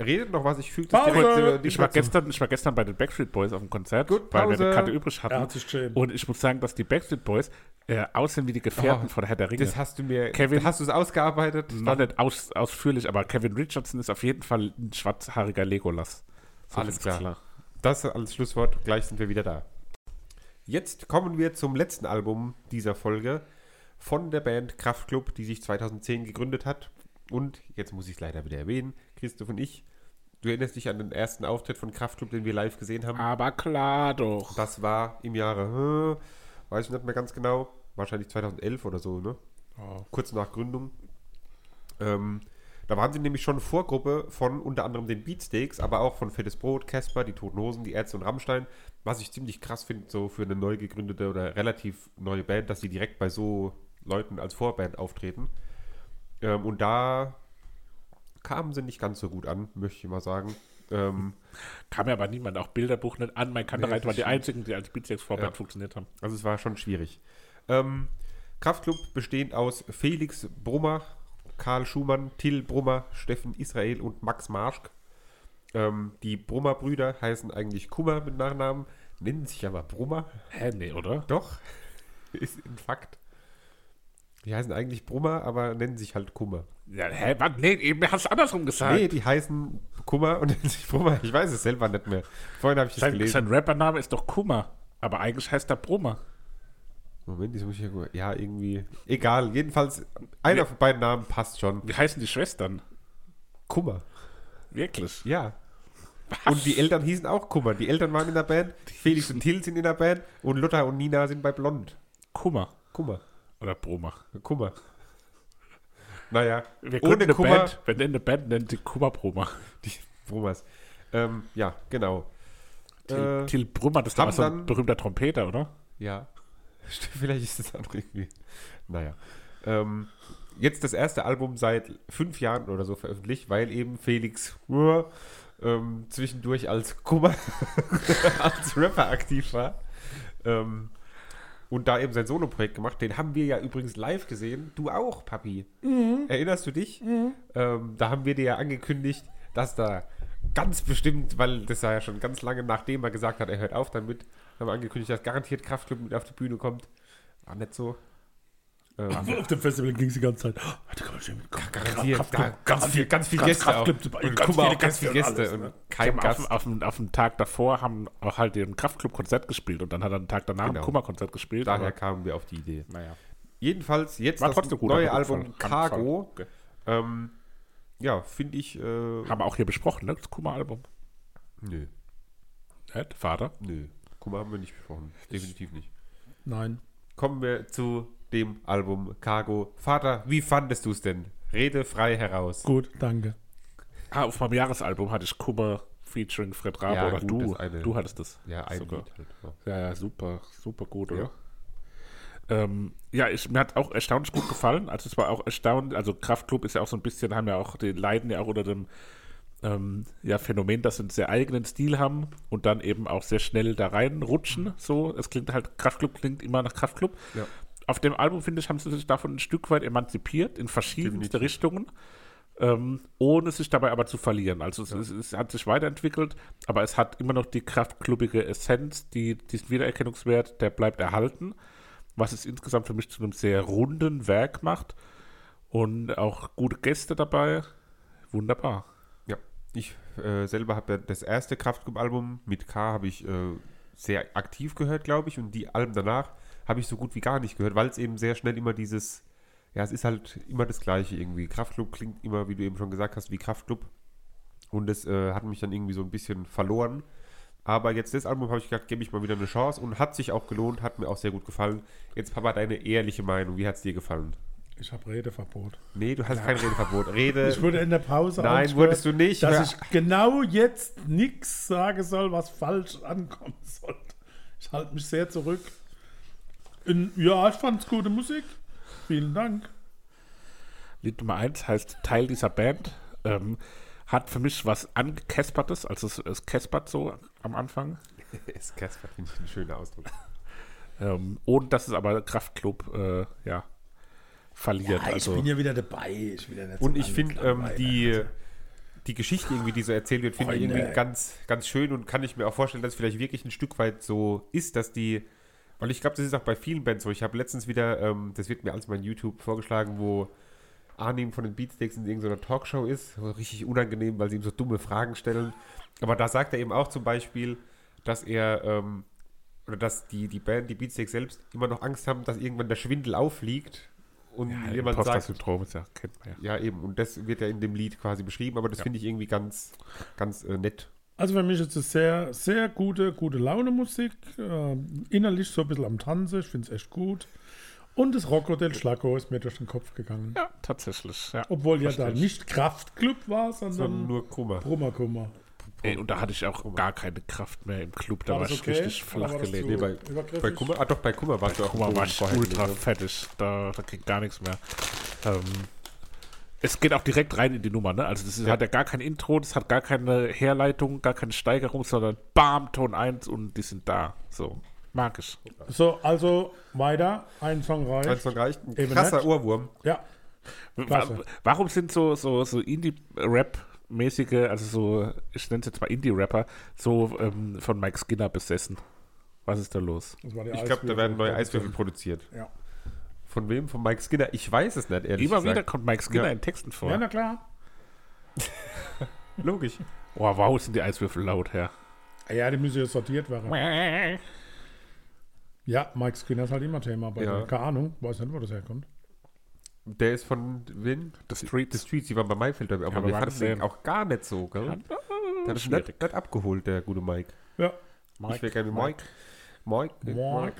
S3: redet noch was, ich füge das
S2: Pause!
S3: direkt äh,
S1: Ich
S3: nicht
S1: war,
S3: mehr zu.
S1: gestern, ich war gestern bei den Backstreet Boys auf dem Konzert,
S3: Gut,
S1: weil wir eine
S3: Pause.
S1: Karte übrig hatten.
S2: Er hat sich geschämt.
S1: Und ich muss sagen, dass die Backstreet Boys äh, aussehen wie die Gefährten
S3: Oh,
S1: von Herr der Ringe.
S3: Das hast du mir,
S1: Kevin-
S3: hast du es ausgearbeitet?
S1: Noch nicht aus, ausführlich, aber Kevin Richardson ist auf jeden Fall ein schwarzhaariger Legolas. So
S3: Alles
S1: ist
S3: klar. Das als Schlusswort, gleich sind wir wieder da. Jetzt kommen wir zum letzten Album dieser Folge von der Band Kraftklub, die sich 2010 gegründet hat. Und jetzt muss ich es leider wieder erwähnen, Christoph und ich, du erinnerst dich an den ersten Auftritt von Kraftklub, den wir live gesehen haben.
S1: Aber klar doch.
S3: Das war im Jahre, äh, weiß ich nicht mehr ganz genau, wahrscheinlich 2011 oder so, ne? kurz nach Gründung. Ähm, da waren sie nämlich schon Vorgruppe von unter anderem den Beatsteaks, aber auch von Fettes Brot, Casper, die Toten Hosen, die Ärzte und Rammstein. Was ich ziemlich krass finde, so für eine neu gegründete oder relativ neue Band, dass sie direkt bei so Leuten als Vorband auftreten. Ähm, und da kamen sie nicht ganz so gut an, möchte ich mal sagen. Ähm,
S1: Kam mir aber niemand, auch Bilderbuch nicht an. Mein Kantereit
S3: das
S1: waren die
S3: stimmt.
S1: einzigen, die als Beatsex-Vorband
S3: Ja.
S1: funktioniert haben.
S3: Also es war schon schwierig. Ähm, Kraftclub bestehend aus Felix Brummer, Karl Schumann, Till Brummer, Steffen Israel und Max Marschk. Ähm, die Brummer-Brüder heißen eigentlich Kummer mit Nachnamen, nennen sich aber Brummer.
S1: Hä, nee, oder?
S3: Doch, ist ein Fakt. Die heißen eigentlich Brummer, aber nennen sich halt Kummer.
S1: Ja, hä, was? Nee, eben hast du andersrum gesagt.
S3: Nee, die heißen Kummer und nennen sich Brummer. Ich weiß es selber nicht mehr. Vorhin habe ich das
S1: sein
S3: gelesen.
S1: sein Rappername ist doch Kummer. Aber eigentlich heißt er Brummer.
S3: Moment, jetzt muss ich ja gucken. Ja, irgendwie. Egal, jedenfalls, einer von beiden Namen passt schon.
S1: Wie heißen die Schwestern?
S3: Kummer.
S1: Wirklich?
S3: Ja. Und die Eltern hießen auch Kummer. Die Eltern waren in der Band, Felix und Till sind in der Band und Lotta und Nina sind bei Blond.
S1: Kummer.
S3: Kummer.
S1: Oder Brummer.
S3: Kummer. Naja,
S1: Wir gründen
S3: ohne
S1: eine
S3: Kummer.
S1: Band. Wir nennen eine Band, nennen die Kummer Brummer.
S3: Die Brummers. Ähm, ja, genau.
S1: Till,
S3: Äh,
S1: Till Brummer, das ist
S3: haben
S1: doch so ein
S3: dann-
S1: berühmter Trompeter, oder?
S3: Ja. Stimmt, Vielleicht ist das auch irgendwie. Naja. Ähm, jetzt das erste Album seit fünf Jahren oder so veröffentlicht, weil eben Felix äh, ähm, zwischendurch als Kummer als Rapper aktiv war. Ähm, und da eben sein Soloprojekt gemacht. Den haben wir ja übrigens live gesehen. Du auch, Papi. Erinnerst du dich? Ähm, da haben wir dir ja angekündigt, dass da ganz bestimmt, weil das war ja schon ganz lange nachdem er gesagt hat, er hört auf damit, haben wir angekündigt, dass garantiert Kraftclub mit auf die Bühne kommt. War nicht so. Ähm,
S2: Auf dem Festival ging es die ganze Zeit. Oh, da kann man schön mit
S3: garantiert,
S2: Kraftclub,
S3: da, ganz viel, ganz viel
S2: ganz
S3: Gäste auch.
S2: Kraftclub dabei,
S3: Und
S2: ganz
S3: guck mal,
S2: viele
S3: auch ganz viele
S2: Gäste und
S3: Gäste
S2: alles,
S3: und
S2: ne?
S3: kein
S1: Eben auf, dem-
S3: Gast.
S1: auf, dem- auf dem Tag davor haben auch halt den Kraftclub-Konzert gespielt und dann hat er den Tag danach
S3: Genau.
S1: ein Kummer-Konzert gespielt.
S3: Daher
S1: aber-
S3: kamen wir auf die Idee.
S1: naja.
S3: Jedenfalls jetzt
S1: War
S3: das
S1: trotzdem gut,
S3: neue
S1: aber gut
S3: Album
S1: gefallen. Hat
S3: Cargo.
S1: gefallen.
S3: Ähm, ja, finde ich. Äh,
S1: Haben wir auch hier besprochen, ne? Das Kummer-Album.
S3: nö,
S1: Hä? Der Vater?
S3: nö. Kummer haben wir nicht besprochen. Definitiv nicht.
S2: Nein.
S3: Kommen wir zu dem Album Cargo. Vater, wie fandest du es denn? Rede frei heraus.
S2: Gut, danke.
S1: Ah, auf meinem Jahresalbum hatte ich Kummer featuring Fred Rabe
S3: Ja,
S1: oder
S3: gut,
S1: du.
S3: das eine-
S1: du hattest das.
S3: Ja, ein
S1: Sogar.
S3: Lied halt. Ja.
S1: Ja, ja, super, super gut, oder? Ja, ähm, ja ich, mir hat auch erstaunlich gut gefallen. Also es war auch erstaunlich, also Kraftklub ist ja auch so ein bisschen, haben ja auch, die leiden ja auch unter dem ähm, ja, Phänomen, dass sie einen sehr eigenen Stil haben und dann eben auch sehr schnell da reinrutschen. So, es klingt halt, Kraftklub klingt immer nach Kraftklub.
S3: Ja.
S1: Auf dem Album, finde ich, haben sie sich davon ein Stück weit emanzipiert, in verschiedenste
S3: Definitiv.
S1: Richtungen ähm, ohne sich dabei aber zu verlieren. Also es, es, es hat sich weiterentwickelt, aber es hat immer noch die kraftklubige Essenz, die, diesen Wiedererkennungswert, der bleibt erhalten, was es insgesamt für mich zu einem sehr runden Werk macht und auch gute Gäste dabei. Wunderbar.
S3: Ja, ich äh, selber habe ja das erste Kraftclub-Album mit K habe ich äh, sehr aktiv gehört, glaube ich, und die Alben danach habe ich so gut wie gar nicht gehört, weil es eben sehr schnell immer dieses, ja, es ist halt immer das Gleiche irgendwie. Kraftclub klingt immer, wie du eben schon gesagt hast, wie Kraftclub und das äh, hat mich dann irgendwie so ein bisschen verloren. Aber jetzt das Album habe ich gedacht, gebe ich mal wieder eine Chance und hat sich auch gelohnt, hat mir auch sehr gut gefallen. Jetzt, Papa, deine ehrliche Meinung, wie hat es dir gefallen?
S2: Ich habe Redeverbot.
S3: Nee, du hast kein Redeverbot. Rede.
S2: Ich wurde in der Pause
S3: Nein,
S2: angestört,
S3: wurdest du nicht.
S2: Dass ich genau jetzt nichts sagen soll, was falsch ankommen sollte. Ich halte mich sehr zurück. In, ja, ich fand's gute Musik. Vielen Dank.
S1: Lied Nummer 1 heißt Teil dieser Band. Ähm, hat für mich was angekespertes, also es, es kespert so am Anfang.
S3: Ist Kasper, finde ich ein schöner Ausdruck.
S1: Ähm, ohne dass es aber Kraftklub äh, ja, verliert. also,
S2: Ah, ja wieder dabei. Ich bin ja nicht
S3: Und ich finde ähm, die die Geschichte irgendwie, die so erzählt wird, finde ich
S2: Oh,
S3: irgendwie
S2: nee.
S3: ganz, ganz schön und kann ich mir auch vorstellen, dass es vielleicht wirklich ein Stück weit so ist, dass die, weil ich glaube, das ist auch bei vielen Bands so. Ich habe letztens wieder, ähm, das wird mir alles mal in YouTube vorgeschlagen, wo Arnim von den Beatsteaks in irgendeiner Talkshow ist, so richtig unangenehm, weil sie ihm so dumme Fragen stellen. Aber da sagt er eben auch zum Beispiel, dass er ähm, oder dass die, die Band, die Beatsteaks selbst immer noch Angst haben, dass irgendwann der Schwindel aufliegt und jemand sagt,
S1: Imposter-Syndrom äh, ist ja, kennt man ja.
S3: ja, eben. Und das wird ja in dem Lied quasi beschrieben, aber das finde ich irgendwie ganz, ganz äh, nett.
S2: Also für mich ist es sehr, sehr gute, gute Laune Musik. Ähm, innerlich so ein bisschen am Tanzen, ich finde es echt gut. Und das Rocco del Schlacko ist mir durch den Kopf gegangen.
S1: Ja, tatsächlich. Ja.
S2: Obwohl ja
S3: Verstehe
S2: da
S3: ich.
S2: nicht Kraftclub war,
S3: Sondern
S2: sondern
S3: nur Kummer.
S2: Brummerkummer.
S1: Ey, und da hatte ich auch gar keine Kraft mehr im Club. Da
S2: War
S1: war,
S2: das
S1: ich
S2: okay?
S1: richtig
S2: Oder
S1: flach
S2: war das
S1: gelegt.
S2: zu-
S1: Nee,
S3: Nee,
S1: bei
S3: bei,
S2: Übergriffig.
S3: bei Kummer, ah doch, bei Kummer warst du auch
S1: Kummer
S3: so
S1: war ich
S3: vorher
S1: ultra
S3: gewesen.
S1: fettig. Da, da ging gar nichts mehr. Ähm, es geht auch direkt rein in die Nummer, ne? Also das ist,
S3: Ja.
S1: hat ja gar kein Intro, das hat gar keine Herleitung, gar keine Steigerung, sondern Bam, Ton 1 und die sind da. So. Mag ich.
S2: So, also weiter. Ein Song
S3: Eins
S2: reicht.
S3: von reicht. Ein
S2: Eben
S3: krasser
S2: nicht.
S3: Ohrwurm.
S2: Ja, Klasse.
S1: Wa- Warum sind so, so, so Indie-Rap-mäßige, also so, ich nenne es jetzt mal Indie-Rapper, so ähm, von Mike Skinner besessen? Was ist da los?
S2: das war der
S3: Ich glaube, da werden neue Eiswürfel produziert.
S2: Ja.
S3: Von wem? Von Mike Skinner? Ich weiß es nicht, ehrlich
S1: Immer wieder
S3: gesagt.
S1: kommt Mike Skinner
S3: Ja.
S1: in Texten vor.
S2: Ja, na klar.
S3: Wieder. Logisch.
S1: Oh, wow, sind die Eiswürfel laut, Herr.
S2: Ja, die müssen ja sortiert werden.
S1: Ja,
S2: Ja, Mike Skinner ist halt immer Thema bei
S3: Ja.
S2: mir. Keine Ahnung, weiß nicht, wo das herkommt.
S3: Der ist von wem?
S1: The Streets.
S3: The Streets, die waren bei Mayfield dabei. Aber
S1: aber
S3: wir
S1: waren
S3: fanden den
S1: same.
S3: auch gar nicht so, gell? Der hat es nicht,
S1: schwierig.
S3: nicht abgeholt, der gute Mike.
S2: Ja,
S1: Mike,
S3: ich wäre gerne
S1: Mike.
S3: Mike. Mike. äh,
S2: Mike.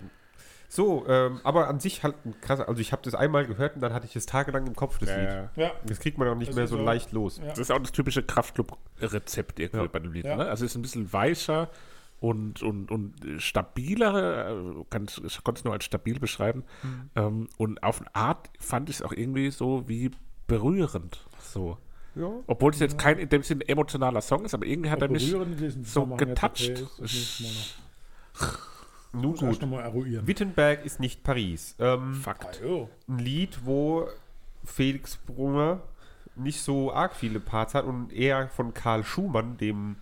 S3: So, ähm, aber an sich halt ein krasser. Also ich habe das einmal gehört und dann hatte ich es tagelang im Kopf, das Lied.
S1: Ja, ja.
S2: ja.
S3: Das kriegt man auch nicht
S2: Das
S3: mehr
S2: ist
S3: so
S2: so.
S3: leicht los.
S2: Ja.
S1: Das ist auch das typische Kraftclub-Rezept irgendwie
S3: Ja.
S1: bei dem Lied.
S2: Ja.
S1: Ne? Also es ist ein bisschen weicher und, und, und stabiler, äh, kann, ich ich konnte es nur als stabil beschreiben. Ähm, und auf eine Art fand ich es auch irgendwie so wie berührend. So.
S3: Ja.
S1: Obwohl es jetzt kein in dem Sinne emotionaler Song ist, aber irgendwie hat er mich
S2: Berühren diesen
S1: so
S2: Zusammenhang jetzt
S1: getatscht.
S2: Okay, ist, das nächste mal noch.
S3: Nun
S2: Muss erst
S3: gut.
S2: noch mal eruieren.
S3: Wittenberg ist nicht Paris. Ähm,
S2: Ah,
S1: Fakt.
S2: jo.
S3: ein Lied, wo Felix Brummer nicht so arg viele Parts hat und eher von Karl Schumann, dem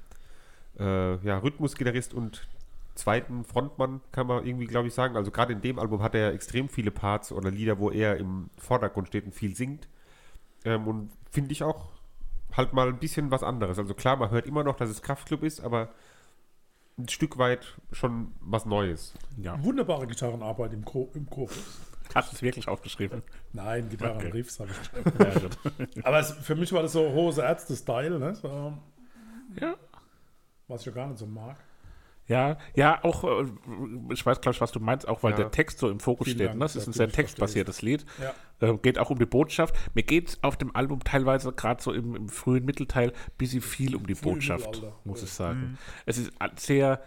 S3: äh, ja, Rhythmusgitarrist und zweiten Frontmann, kann man irgendwie, glaube ich, sagen. Also gerade in dem Album hat er extrem viele Parts oder Lieder, wo er im Vordergrund steht und viel singt. Ähm, und finde ich auch halt mal ein bisschen was anderes. Also klar, man hört immer noch, dass es Kraftclub ist, aber ein Stück weit schon was Neues.
S1: Ja.
S2: Wunderbare Gitarrenarbeit im, Chor, im Chorus.
S1: Hast du es wirklich aufgeschrieben?
S2: Nein,
S1: Okay.
S2: Gitarrenriffs habe ich
S1: ja, gut.
S2: Aber es, für mich war das so Hose Ärzte-Style, ne? so,
S1: ja.
S2: was ich ja gar nicht so mag.
S1: Ja, ja, auch, äh, ich weiß, glaube ich, was du meinst, auch weil
S3: Ja.
S1: der Text so im Fokus
S2: Vielen
S1: steht.
S2: Dank,
S1: ne? Das
S2: dass
S1: ist ein
S2: du
S1: sehr
S2: das verstehst.
S1: textbasiertes Lied.
S2: Ja.
S1: Ähm, geht auch um die Botschaft. Mir geht es auf dem Album teilweise, gerade so im, im frühen Mittelteil, ein bisschen viel um die Botschaft,
S2: Mittelalter. Mhm.
S1: muss ich sagen. Es ist a- sehr,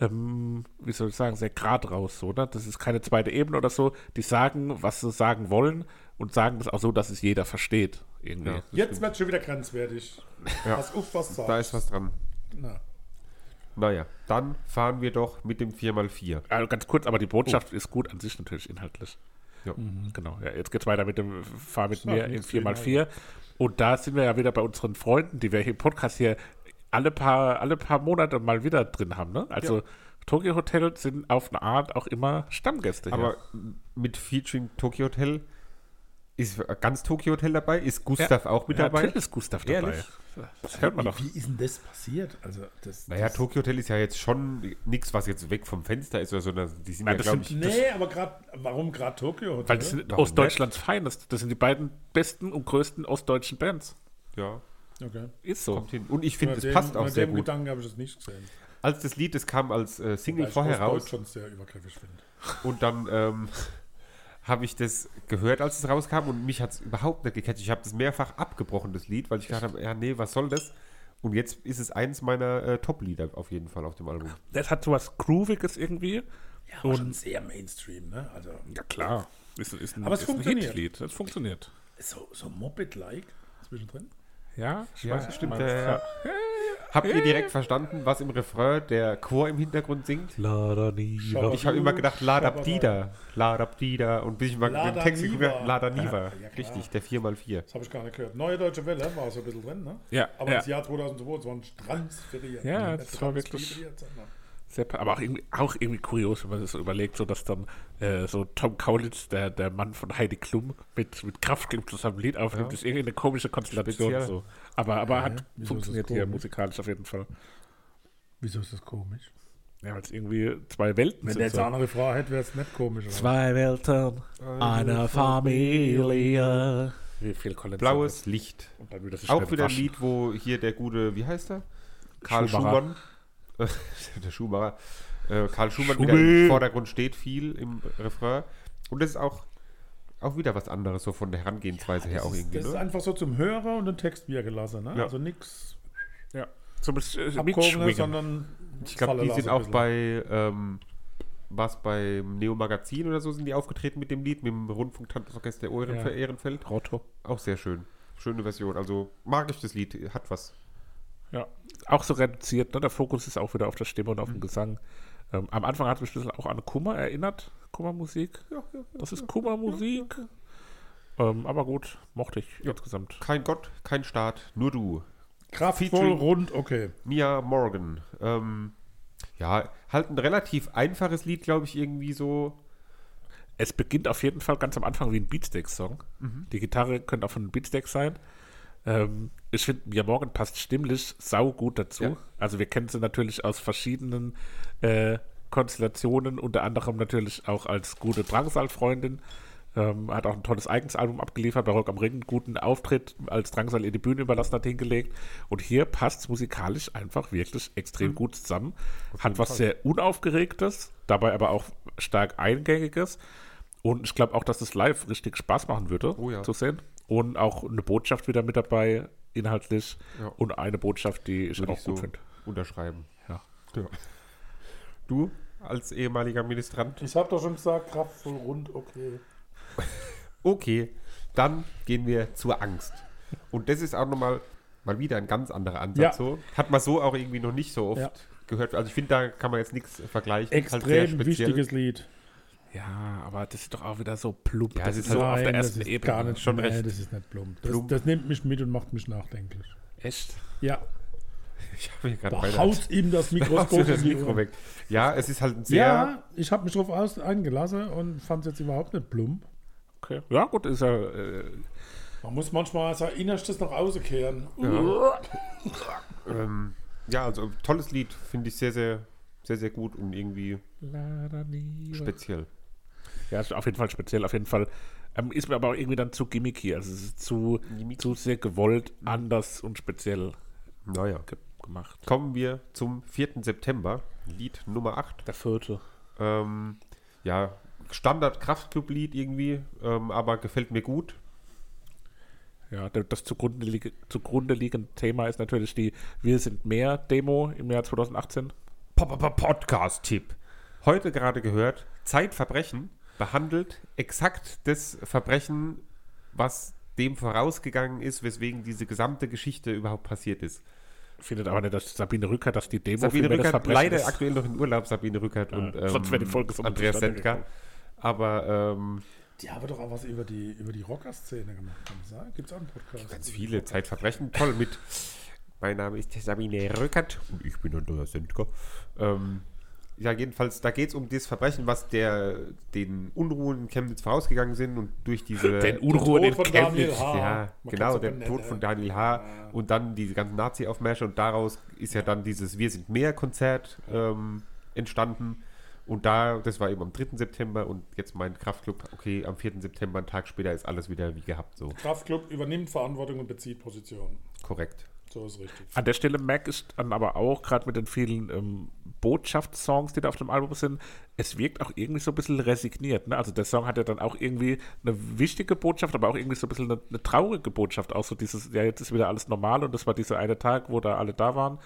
S1: ähm, wie soll ich sagen, sehr grad raus, so, ne? Das ist keine zweite Ebene oder so. Die sagen, was sie sagen wollen und sagen das auch so, dass es jeder versteht. Irgendwie.
S3: Ja.
S2: Jetzt wird es schon wieder grenzwertig.
S3: Ja.
S2: Was auf was sagt.
S3: Da ist was dran.
S2: Na.
S3: Naja, dann fahren wir doch mit dem 4x4.
S1: Also ganz kurz, aber die Botschaft ist gut an sich natürlich inhaltlich.
S3: Oh. Ja.
S1: Genau. Ja, jetzt geht's weiter mit dem Fahr mit
S2: Ja,
S1: mir in
S2: nichts
S3: genau.
S1: 4x4. Und da sind wir ja wieder bei unseren Freunden, die wir hier im Podcast hier alle paar, alle paar Monate mal wieder drin haben. Ne? Also Tokyo Hotel sind auf eine Art auch immer Stammgäste
S3: Aber mit Featuring Tokyo Hotel ist ganz Tokyo Hotel dabei? Ist
S1: hier.
S3: Gustav auch mit
S1: ja,
S3: dabei?
S1: Natürlich ist Gustav dabei.
S3: Ehrlich?
S1: Das hört man doch.
S2: Wie ist denn das passiert? Also, das,
S3: Naja,
S2: das,
S3: Tokyo Hotel ist ja jetzt schon nichts, was jetzt weg vom Fenster ist oder so. sondern Die sind
S1: Nein,
S3: ja,
S1: das
S3: glaube
S1: sind-
S3: ich,
S2: Nee, aber gerade, warum gerade Tokio? Hotel?
S1: Weil das sind
S3: Warum
S1: Ostdeutschlands Feines. Das sind die beiden besten und größten ostdeutschen Bands.
S3: ja,
S2: okay.
S1: Ist so.
S3: kommt hin. Und ich finde,
S2: Bei
S3: es
S2: dem-
S3: passt auch
S2: bei
S3: sehr
S2: dem
S3: gut.
S2: Gedanken habe ich das nicht gesehen.
S3: Als das Lied, das kam als äh, Single
S2: Weil ich
S3: vorher
S2: Ostdeutsch
S3: raus
S2: schon sehr übergriffig finde.
S3: und dann ähm, habe ich das gehört, als es rauskam und mich hat es überhaupt nicht gecatcht. Ich habe das mehrfach abgebrochen, das Lied, weil ich gedacht habe, ja, nee, was soll das? Und jetzt ist es eins meiner äh, Top-Lieder auf jeden Fall auf dem Album.
S1: Das hat sowas Grooviges irgendwie.
S2: Ja,
S1: aber
S2: schon sehr Mainstream, ne? Also,
S1: Ja, klar. Ist, ist ein,
S2: Aber es
S1: ist ein
S2: funktioniert.
S1: Hitlied. Es funktioniert.
S2: so, so Moped-like zwischendrin.
S1: Ja, ich
S3: Ja,
S1: was du
S3: stimmt,
S1: meinst,
S3: ja, ja.
S1: ja.
S3: Habt ihr direkt verstanden, was im Refrain der Chor im Hintergrund singt?
S4: Lada Niva.
S3: Ich habe immer gedacht, Ladabdida, Ladabdida und bis ich mal
S2: Lada
S3: den Text geguckt habe,
S2: Niva.
S3: Lada Niva.
S2: Ja, klar.
S3: Richtig, der 4x4.
S2: Das habe ich gar nicht gehört. Neue Deutsche Welle war so ein bisschen drin, ne?
S1: Ja,
S2: Aber
S1: ja.
S2: das Jahr 2022 transferiert.
S1: Ja,
S2: ne?
S1: das war wirklich-
S2: Transferiert, sagt man.
S1: Sehr, pa- aber auch irgendwie, auch irgendwie kurios, wenn man sich so überlegt, so dass dann äh, so Tom Kaulitz, der, der Mann von Heidi Klum, mit, mit Kraftklub zusammen ein Lied aufnimmt, ist irgendwie eine komische Konstellation.
S3: Speziell.
S1: So. Aber, aber hat
S2: wieso ist das
S1: funktioniert hier
S2: komisch?
S1: musikalisch auf jeden Fall.
S2: Wieso ist das komisch?
S1: Ja, weil es irgendwie zwei Welten
S2: Wenn der
S1: sind.
S2: jetzt
S1: So.
S2: eine andere Frau hätte, wäre es nicht komisch. aber-
S4: Zwei Welten, eine Familie.
S1: Wie viel Collins
S3: Blaues Licht.
S1: Und dann wieder sich
S3: Auch
S1: schnell
S3: wieder ein
S1: waschen.
S3: Lied, wo hier der gute, wie heißt er? Karl
S1: Schumacher.
S3: Schumann. der Schumacher. Äh, Karl Schumann wieder
S1: Schumi.
S3: im Vordergrund steht viel im Refrain. Und das ist auch, auch wieder was anderes, so von der Herangehensweise her
S2: Das
S3: auch
S2: ist,
S3: irgendwie.
S2: das ist
S3: Ne?
S2: einfach so zum Hörer und den Text wir gelassen. Ne?
S3: Ja.
S2: Also nichts
S1: Ja. Zum äh,
S2: Abgehobenes,
S1: Mitschwingen.
S2: sondern
S3: Ich glaube, die
S2: Tralala
S3: sind
S2: so ein
S3: auch
S2: bisschen.
S3: bei, ähm, was beim Neo Magazin oder so sind die aufgetreten mit dem Lied, mit dem Rundfunktanzorchester Euren
S1: Ja.
S3: Ehrenfeld.
S1: Rotto.
S3: Auch sehr schön. Schöne Version. Also mag ich das Lied, hat was.
S1: Ja, auch so reduziert. Ne? Der Fokus ist auch wieder auf der Stimme und auf den Gesang. Ähm, am Anfang hat mich ein bisschen auch an Kummer erinnert. Kummermusik. das ist Kummermusik. Ähm, aber gut, mochte ich insgesamt.
S3: Kein Gott, kein Staat, nur du.
S2: kraftvoll,
S3: Featuring-
S2: rund, okay.
S3: Mia Morgan. Ähm, ja, halt ein relativ einfaches Lied, glaube ich, irgendwie so.
S1: Es beginnt auf jeden Fall ganz am Anfang wie ein Beatsteak-Song. Die Gitarre könnte auch von Beatsteak sein. Ähm, ich finde, Mia Morgan passt stimmlich sau gut dazu.
S3: Ja.
S1: Also wir kennen sie natürlich aus verschiedenen äh, Konstellationen, unter anderem natürlich auch als gute Drangsal-Freundin. Ähm, hat auch ein tolles eigenes Album abgeliefert, bei Rock am Ring einen guten Auftritt als Drangsal ihr die Bühne überlassen hat hingelegt. Und hier passt es musikalisch einfach wirklich extrem gut zusammen. Hat was sehr Unaufgeregtes, dabei aber auch stark Eingängiges. Und ich glaube auch, dass es live richtig Spaß machen würde
S3: Oh ja.
S1: zu sehen. Und auch eine Botschaft wieder mit dabei, inhaltlich.
S3: Ja.
S1: Und eine Botschaft, die ich
S3: Würde
S1: auch
S3: ich
S1: gut
S3: so
S1: finde.
S3: unterschreiben.
S1: Ja.
S3: ja. Du als ehemaliger Ministrant?
S2: Ich habe doch schon gesagt, kraftvoll, rund,
S3: Halt
S2: okay.
S3: Okay, dann gehen wir zur Angst. Und das ist auch nochmal mal wieder ein ganz anderer Ansatz.
S2: Ja.
S3: So. Hat man so auch irgendwie noch nicht so oft
S2: Ja.
S3: gehört. Also ich finde, da kann man jetzt nichts vergleichen. Ist halt sehr
S2: Extrem
S3: speziell.
S2: wichtiges Lied.
S1: Ja, aber das ist doch auch wieder so plump.
S3: Ja,
S1: das
S3: es
S1: ist
S3: ist
S1: so
S3: halt
S1: auf der
S2: Nein,
S1: ersten
S2: das ist
S1: Ebene.
S2: Gar nicht
S3: Schon
S2: nee,
S3: recht.
S2: Das ist nicht plump. Das,
S3: Plump.
S2: das nimmt mich mit und macht mich nachdenklich.
S1: Echt?
S2: Ja,
S3: Ich habe hier gerade
S2: Boah,
S3: beinahe-
S2: haut ihm das
S3: Haust
S2: Mikroskop
S3: du
S2: in
S3: das
S2: die
S3: Mikro
S2: Ohren.
S3: weg. Ja, es ist halt ein sehr
S2: Ja, ich habe mich drauf aus eingelassen und fand es jetzt überhaupt nicht plump.
S1: Okay. Ja, gut, ist ja. Äh,
S2: Man muss manchmal sein Innerstes nach außen kehren.
S3: Ähm, ja, also tolles Lied, finde ich sehr, sehr, sehr, sehr gut und irgendwie speziell.
S1: ja, ist auf jeden Fall speziell. Auf jeden Fall ähm, ist mir aber auch irgendwie dann zu gimmicky. Also es ist zu,
S3: Gimmicky.
S1: zu sehr gewollt, anders und speziell
S3: Naja.
S1: ge gemacht.
S3: Kommen wir zum 4. September, Lied Nummer 8.
S1: Der vierte.
S3: Ähm, ja, Standard-Kraftclub-Lied irgendwie, ähm, aber gefällt mir gut.
S1: Ja, da- das zugrunde, liege, zugrunde liegende Thema ist natürlich die Wir sind mehr Demo im Jahr 2018.
S3: Podcast-Tipp. Heute gerade gehört, Zeitverbrechen behandelt exakt das Verbrechen, was dem vorausgegangen ist, weswegen diese gesamte Geschichte überhaupt passiert ist.
S1: Findet aber nicht, dass Sabine Rücker, dass die Demo
S3: Sabine
S1: vielmehr das
S3: Rückert,
S1: Verbrechen
S3: leider
S1: ist.
S3: aktuell noch in Urlaub, Sabine Rückert und ähm,
S1: sonst wäre die Folge so gut
S3: Andreas
S1: zustande
S3: Sendker.
S1: gekommen.
S3: Aber ähm,
S2: Die haben doch auch was über die, über die Rocker-Szene gemacht. Kann das sein? Gibt es auch einen Podcast?
S3: ganz viele Zeitverbrechen, toll mit. Mein Name ist Sabine Rückert und ich bin Andreas Sendker. Ähm, ja, jedenfalls, da geht es um das Verbrechen, was der, den Unruhen in Chemnitz vorausgegangen sind und durch diese
S1: Den Unruhen in
S2: Tod von Daniel
S1: Chemnitz.
S2: H. Ah,
S3: Ja,
S2: man kann's
S3: genau,
S2: auch
S3: der
S2: benennen,
S3: Tod
S2: ja.
S3: von Daniel H. und dann diese ganzen Nazi-Aufmärsche und daraus ist ja dann dieses Wir sind mehr-Konzert ähm, entstanden. Und da, das war eben am 3. September und jetzt mein Kraftclub, okay, am 4. September, einen Tag später, ist alles wieder wie gehabt, so
S2: Kraftclub übernimmt Verantwortung und bezieht Position.
S3: korrekt.
S2: So ist richtig.
S1: An der Stelle merke ich dann aber auch, gerade mit den vielen ähm, Botschaftssongs, die da auf dem Album sind, es wirkt auch irgendwie so ein bisschen resigniert. Ne? Also der Song hat ja dann auch irgendwie eine wichtige Botschaft, aber auch irgendwie so ein bisschen eine, eine traurige Botschaft. Auch so dieses, ja, jetzt ist wieder alles normal und das war dieser eine Tag, wo da alle da waren.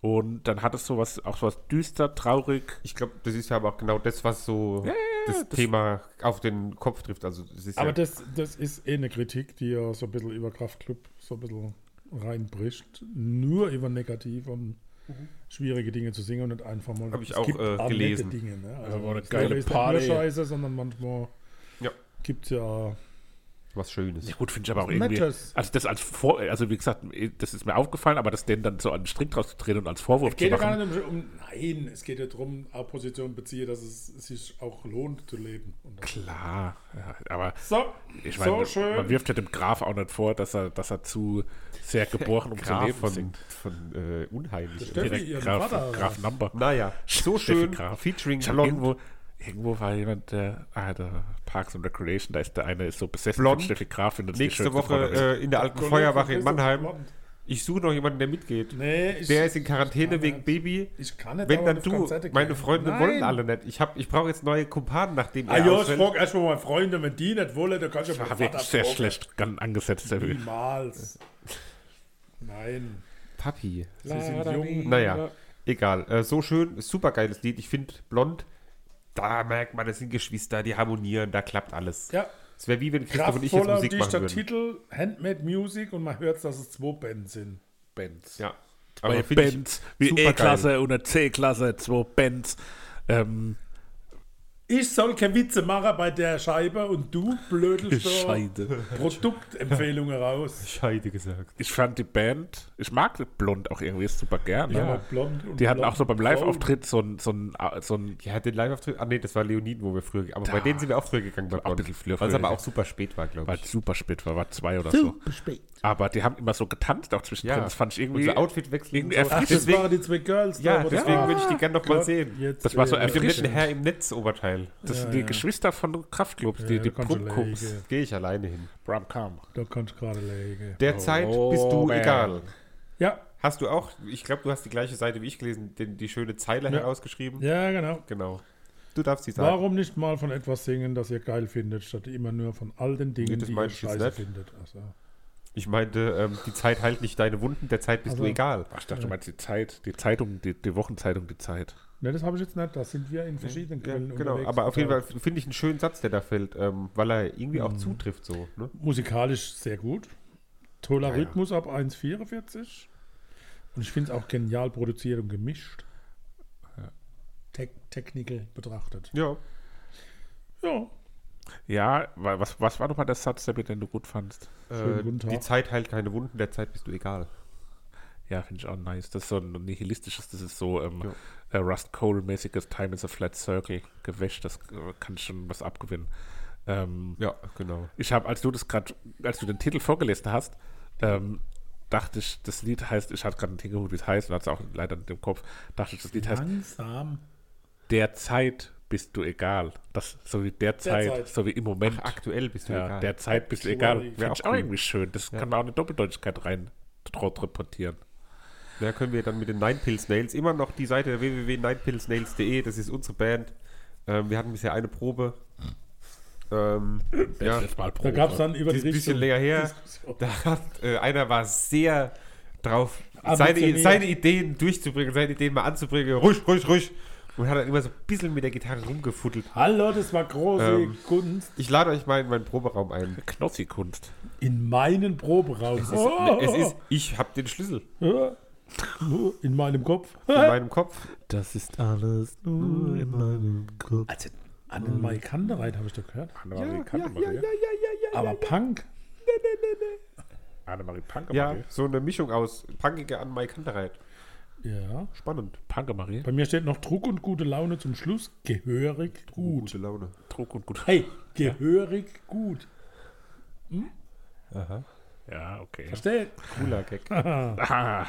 S1: Und dann hat es sowas, auch sowas düster, traurig.
S3: Ich glaube, das ist ja aber auch genau das, was so das, Thema auf den Kopf trifft. Also, das ist
S2: Aber
S3: ja,
S2: das, das ist eh eine Kritik, die ja so ein bisschen über Kraftclub so ein bisschen reinbricht, nur über negativ und schwierige Dinge zu singen und nicht einfach mal.
S3: Hab ich
S2: es
S3: auch,
S2: gibt
S3: äh,
S2: auch nette
S3: gelesen. Also
S2: Dinge, ne?
S1: Ja, war eine
S2: es
S1: geile
S2: ist nicht
S1: Party.
S2: Nur Scheiße, sondern manchmal
S3: Ja.
S2: gibt es ja.
S3: Was Schönes.
S1: Ja gut, finde ich aber auch irgendwie.
S2: Matters.
S1: Also das als Vor also wie gesagt, das ist mir aufgefallen, aber das denen dann so an den Strick draus zu drehen und als Vorwurf zu
S2: Geht ja gar
S1: machen.
S2: nicht um, um. Nein, es geht ja darum, eine Position beziehe, dass es sich auch lohnt zu leben. Und das-
S1: Klar, ja, aber
S2: so,
S1: ich meine,
S2: so schön.
S1: man wirft ja dem Graf auch nicht vor, dass er, dass er zu sehr geboren um zu
S3: Graf
S1: leben
S3: von,
S1: singt.
S3: von äh, Unheimlich.
S2: stimmt.
S3: oder?
S2: Steffi,
S1: Hier der
S2: ihren
S1: Graf,
S2: Vater, oder
S1: Graf
S2: was?
S1: Number.
S3: Naja, so
S1: Steffi
S3: schön.
S1: Graf.
S3: Featuring
S1: Ich hab
S3: Blond.
S1: irgendwo, irgendwo war jemand, der, ah, der Parks and Recreation, da ist der eine ist so besessen
S3: Blond.
S1: von Steffi Graf. findet sie die
S3: Nächste
S1: schönste
S3: Woche
S1: Frau der Welt.
S3: äh, in der alten Feuerwache in Mannheim. Ich suche noch jemanden, der mitgeht.
S2: Nee, ich,
S3: Der ist in Quarantäne wegen
S2: nicht.
S3: Baby.
S2: ich kann nicht
S3: Wenn
S2: dauernd
S3: dann
S2: auf
S3: du,
S2: Konzerte gehen.
S3: meine Freunde
S2: Nein.
S3: wollen alle nicht. Ich, hab- ich brauche jetzt neue Kumpanen, nachdem
S2: Ah
S3: er
S2: ja, ich
S3: ausfällt.
S2: frage erstmal meine Freunde, wenn die nicht wollen, dann kannst du
S1: war Ah, wirklich sehr schlecht ganz angesetzt, der Film.
S2: Niemals. Nein.
S3: Papi.
S2: Sie sind jung.
S3: Naja, egal. Äh, so schön, super geiles Lied. Ich finde Blond, da merkt man, das sind Geschwister, die harmonieren, da klappt alles.
S2: Ja,
S3: Es wäre wie wenn Christoph und ich jetzt
S2: kraftvoller und
S3: Musik machen
S2: dichter
S3: würden.
S2: Titel, Handmade Music und man hört, dass es zwei Bands sind.
S1: Benz.
S3: Ja.
S1: Bei
S3: Aber find ich
S1: Benz, wie
S3: supergeil.
S1: E-Klasse und eine C-Klasse, zwei Benz. Ähm,
S2: Ich soll keine Witze machen bei der Scheibe und du blödelst da
S1: Scheide.
S2: Produktempfehlungen raus.
S3: Scheide gesagt.
S1: Ich fand die Band, ich mag die Blond auch irgendwie super gerne.
S2: Aber blond und
S1: Die hatten
S2: blond
S1: auch so beim
S2: und
S1: Live-Auftritt so ein, so ein, ah, so ein
S3: Ja, den Live-Auftritt. Ah, nee, das war Leoniden, wo wir früher. ge- Aber bei denen sind wir auch früher gegangen. Bei
S1: Auch ein
S3: Blond.
S1: bisschen früher
S3: Weil es
S1: früher,
S3: aber
S1: ja.
S3: auch super spät war, glaube
S1: weil
S3: ich.
S1: super spät war, war zwei oder so. Aber die haben immer so getanzt auch zwischendrin. Das fand ich irgendwie.
S3: Unser Outfit wechseln. und
S1: irgendwie
S3: so.
S2: Ach, das
S1: Deswegen-
S2: waren die zwei Girls. da,
S3: Ja,
S2: wo das
S3: deswegen
S2: war.
S3: würde ich die gerne nochmal sehen.
S2: Jetzt äh,
S1: Das war so
S2: wäre-
S3: Mit dem netten
S1: erfrischend.
S3: Herr im Netz-Oberteil.
S1: Das sind die Geschwister von Kraftklub, die,
S2: Ja,
S1: die
S2: da kannst du
S1: Brumkums.
S2: legen.
S3: Gehe ich alleine hin.
S1: Brumkam.
S2: Da kannst du gerade legen.
S3: Derzeit bist du
S1: Robert.
S3: egal.
S2: Ja,
S3: Hast du auch, ich glaube, du hast die gleiche Seite wie ich gelesen, den, die schöne Zeile herausgeschrieben.
S2: ja, genau.
S3: Genau. Du darfst die sagen.
S2: Warum nicht mal von etwas singen, das ihr geil findet, statt immer nur von all den
S3: Nee,
S2: Dingen,
S3: das
S2: die
S3: meine
S2: ihr
S3: ich jetzt
S2: scheiße
S3: nicht.
S2: findet? Ach so.
S3: Ich meinte, ähm, die Zeit heilt nicht deine Wunden, der Zeit bist du
S2: Also-
S3: egal.
S1: Ach, ich dachte, du meinst die Zeit, die Zeitung, die, die Wochenzeitung, die Zeit.
S2: Ne, das habe ich jetzt nicht. Da sind wir in verschiedenen
S3: Ja,
S2: Quellen
S3: genau,
S2: unterwegs. Äh,
S3: aber auf jeden
S2: Ja.
S3: Fall finde ich einen schönen Satz, der da fällt, ähm, weil er irgendwie
S2: Mhm.
S3: auch zutrifft so. Ne?
S2: Musikalisch sehr gut. Toller
S3: Ja, ja.
S2: Rhythmus ab 1,44. Und ich finde es auch genial produziert und gemischt. Tech Technical betrachtet.
S3: Ja.
S2: Ja,
S1: Ja, wa- was, was war nochmal der Satz, der mir den du gut fandst?
S3: Äh,
S2: Schönen guten Tag.
S3: die Zeit heilt keine Wunden, der Zeit bist du egal.
S1: Ja, finde ich auch nice. Das ist so ein nihilistisches, das ist so ähm,
S3: Ja.
S1: äh, Rust Cole-mäßiges Time is a Flat Circle gewäscht. Das äh, kann schon was abgewinnen. Ähm,
S3: Ja, genau.
S1: Ich habe, als du das gerade, als du den Titel vorgelesen hast, ähm, dachte ich, das Lied heißt, ich hatte gerade nicht hingehut, wie es heißt, und hatte es auch leider nicht im Kopf, dachte ich, das Lied heißt
S2: langsam.
S1: Der Zeit bist du egal. Das, so wie der Zeit,
S2: Zeit.
S1: so wie im Moment.
S3: Aktuell bist du
S1: ja,
S3: egal.
S1: der Zeit bist du
S2: Actually.
S1: egal. Finde
S3: auch
S1: ich auch
S3: cool.
S1: irgendwie schön. Das kann man auch eine Doppeldeutigkeit rein reportieren.
S3: Da können wir dann mit den Nine Pills Nails immer noch die Seite www.ninepillsnails.de, das ist unsere Band. Ähm, wir hatten bisher eine Probe. Ähm, ja,
S1: Letztes Mal
S2: Da
S1: Probe.
S2: gab es dann über
S3: die ist ein
S2: die
S3: bisschen
S2: Richtung.
S3: länger her.
S2: Diskussion.
S3: Da hat, äh, einer war sehr drauf, seine,
S2: Ambitioniert.
S3: seine Ideen durchzubringen, seine Ideen mal anzubringen. Ruhig, ruhig, ruhig. Und hat dann immer so ein bisschen mit der Gitarre rumgefuddelt.
S2: Hallo, das war große
S3: Ähm.
S2: Kunst.
S3: Ich lade euch mal in meinen Proberaum ein.
S1: Knossi-Kunst.
S2: In meinen Proberaum.
S3: Es ist,
S2: Oh.
S3: es ist ich habe den Schlüssel
S2: in meinem Kopf.
S3: in meinem Kopf.
S4: Das ist alles nur in meinem Kopf.
S2: Also an den Maikande rein, habe ich doch gehört.
S1: Annemarie Kantemann, ja,
S2: Aber Punk.
S1: Annemarie Pankemarie.
S3: Ja, so eine Mischung aus punkige an Mike Kantereit.
S2: Ja.
S3: Spannend.
S1: Pankemarie.
S2: Bei mir steht noch Druck und gute Laune zum Schluss. Gehörig gut.
S3: Gute Laune.
S1: Druck und gut.
S2: Hey, gehörig gut.
S1: Ja, okay.
S2: Versteht?
S3: Cooler Gag.
S1: Ah,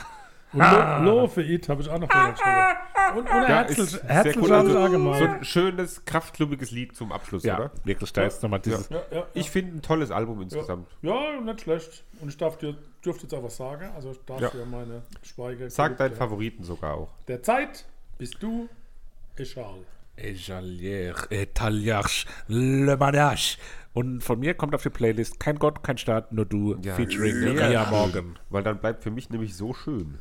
S2: Und Lo Love It habe ich auch noch gehört.
S3: Ah,
S2: früher. Und, und ein
S3: Ja, ist
S2: herzlich,
S3: sehr
S2: herzlich
S3: cool.
S2: also,
S3: Also, So ein schönes, kraftklubbiges Lied zum Abschluss,
S1: ja,
S3: oder?
S1: wirklich, da ist nochmal dieses.
S2: ja, ja,
S3: Ich finde ein tolles Album insgesamt.
S2: ja, nicht schlecht. Und ich darf dir, dürfte jetzt auch was sagen. Also ich darf
S3: Ja.
S2: dir meine Schweige.
S3: Sag deinen Favoriten sogar auch.
S2: Der Zeit bist du egal.
S1: Ejalier, Etaliarch, Le Manage. Und von mir kommt auf die Playlist Kein Gott, kein Staat, nur du,
S3: Ja,
S1: featuring
S3: sehr
S1: Ria
S3: schön.
S1: Morgan.
S3: Weil dann bleibt für mich nämlich so schön.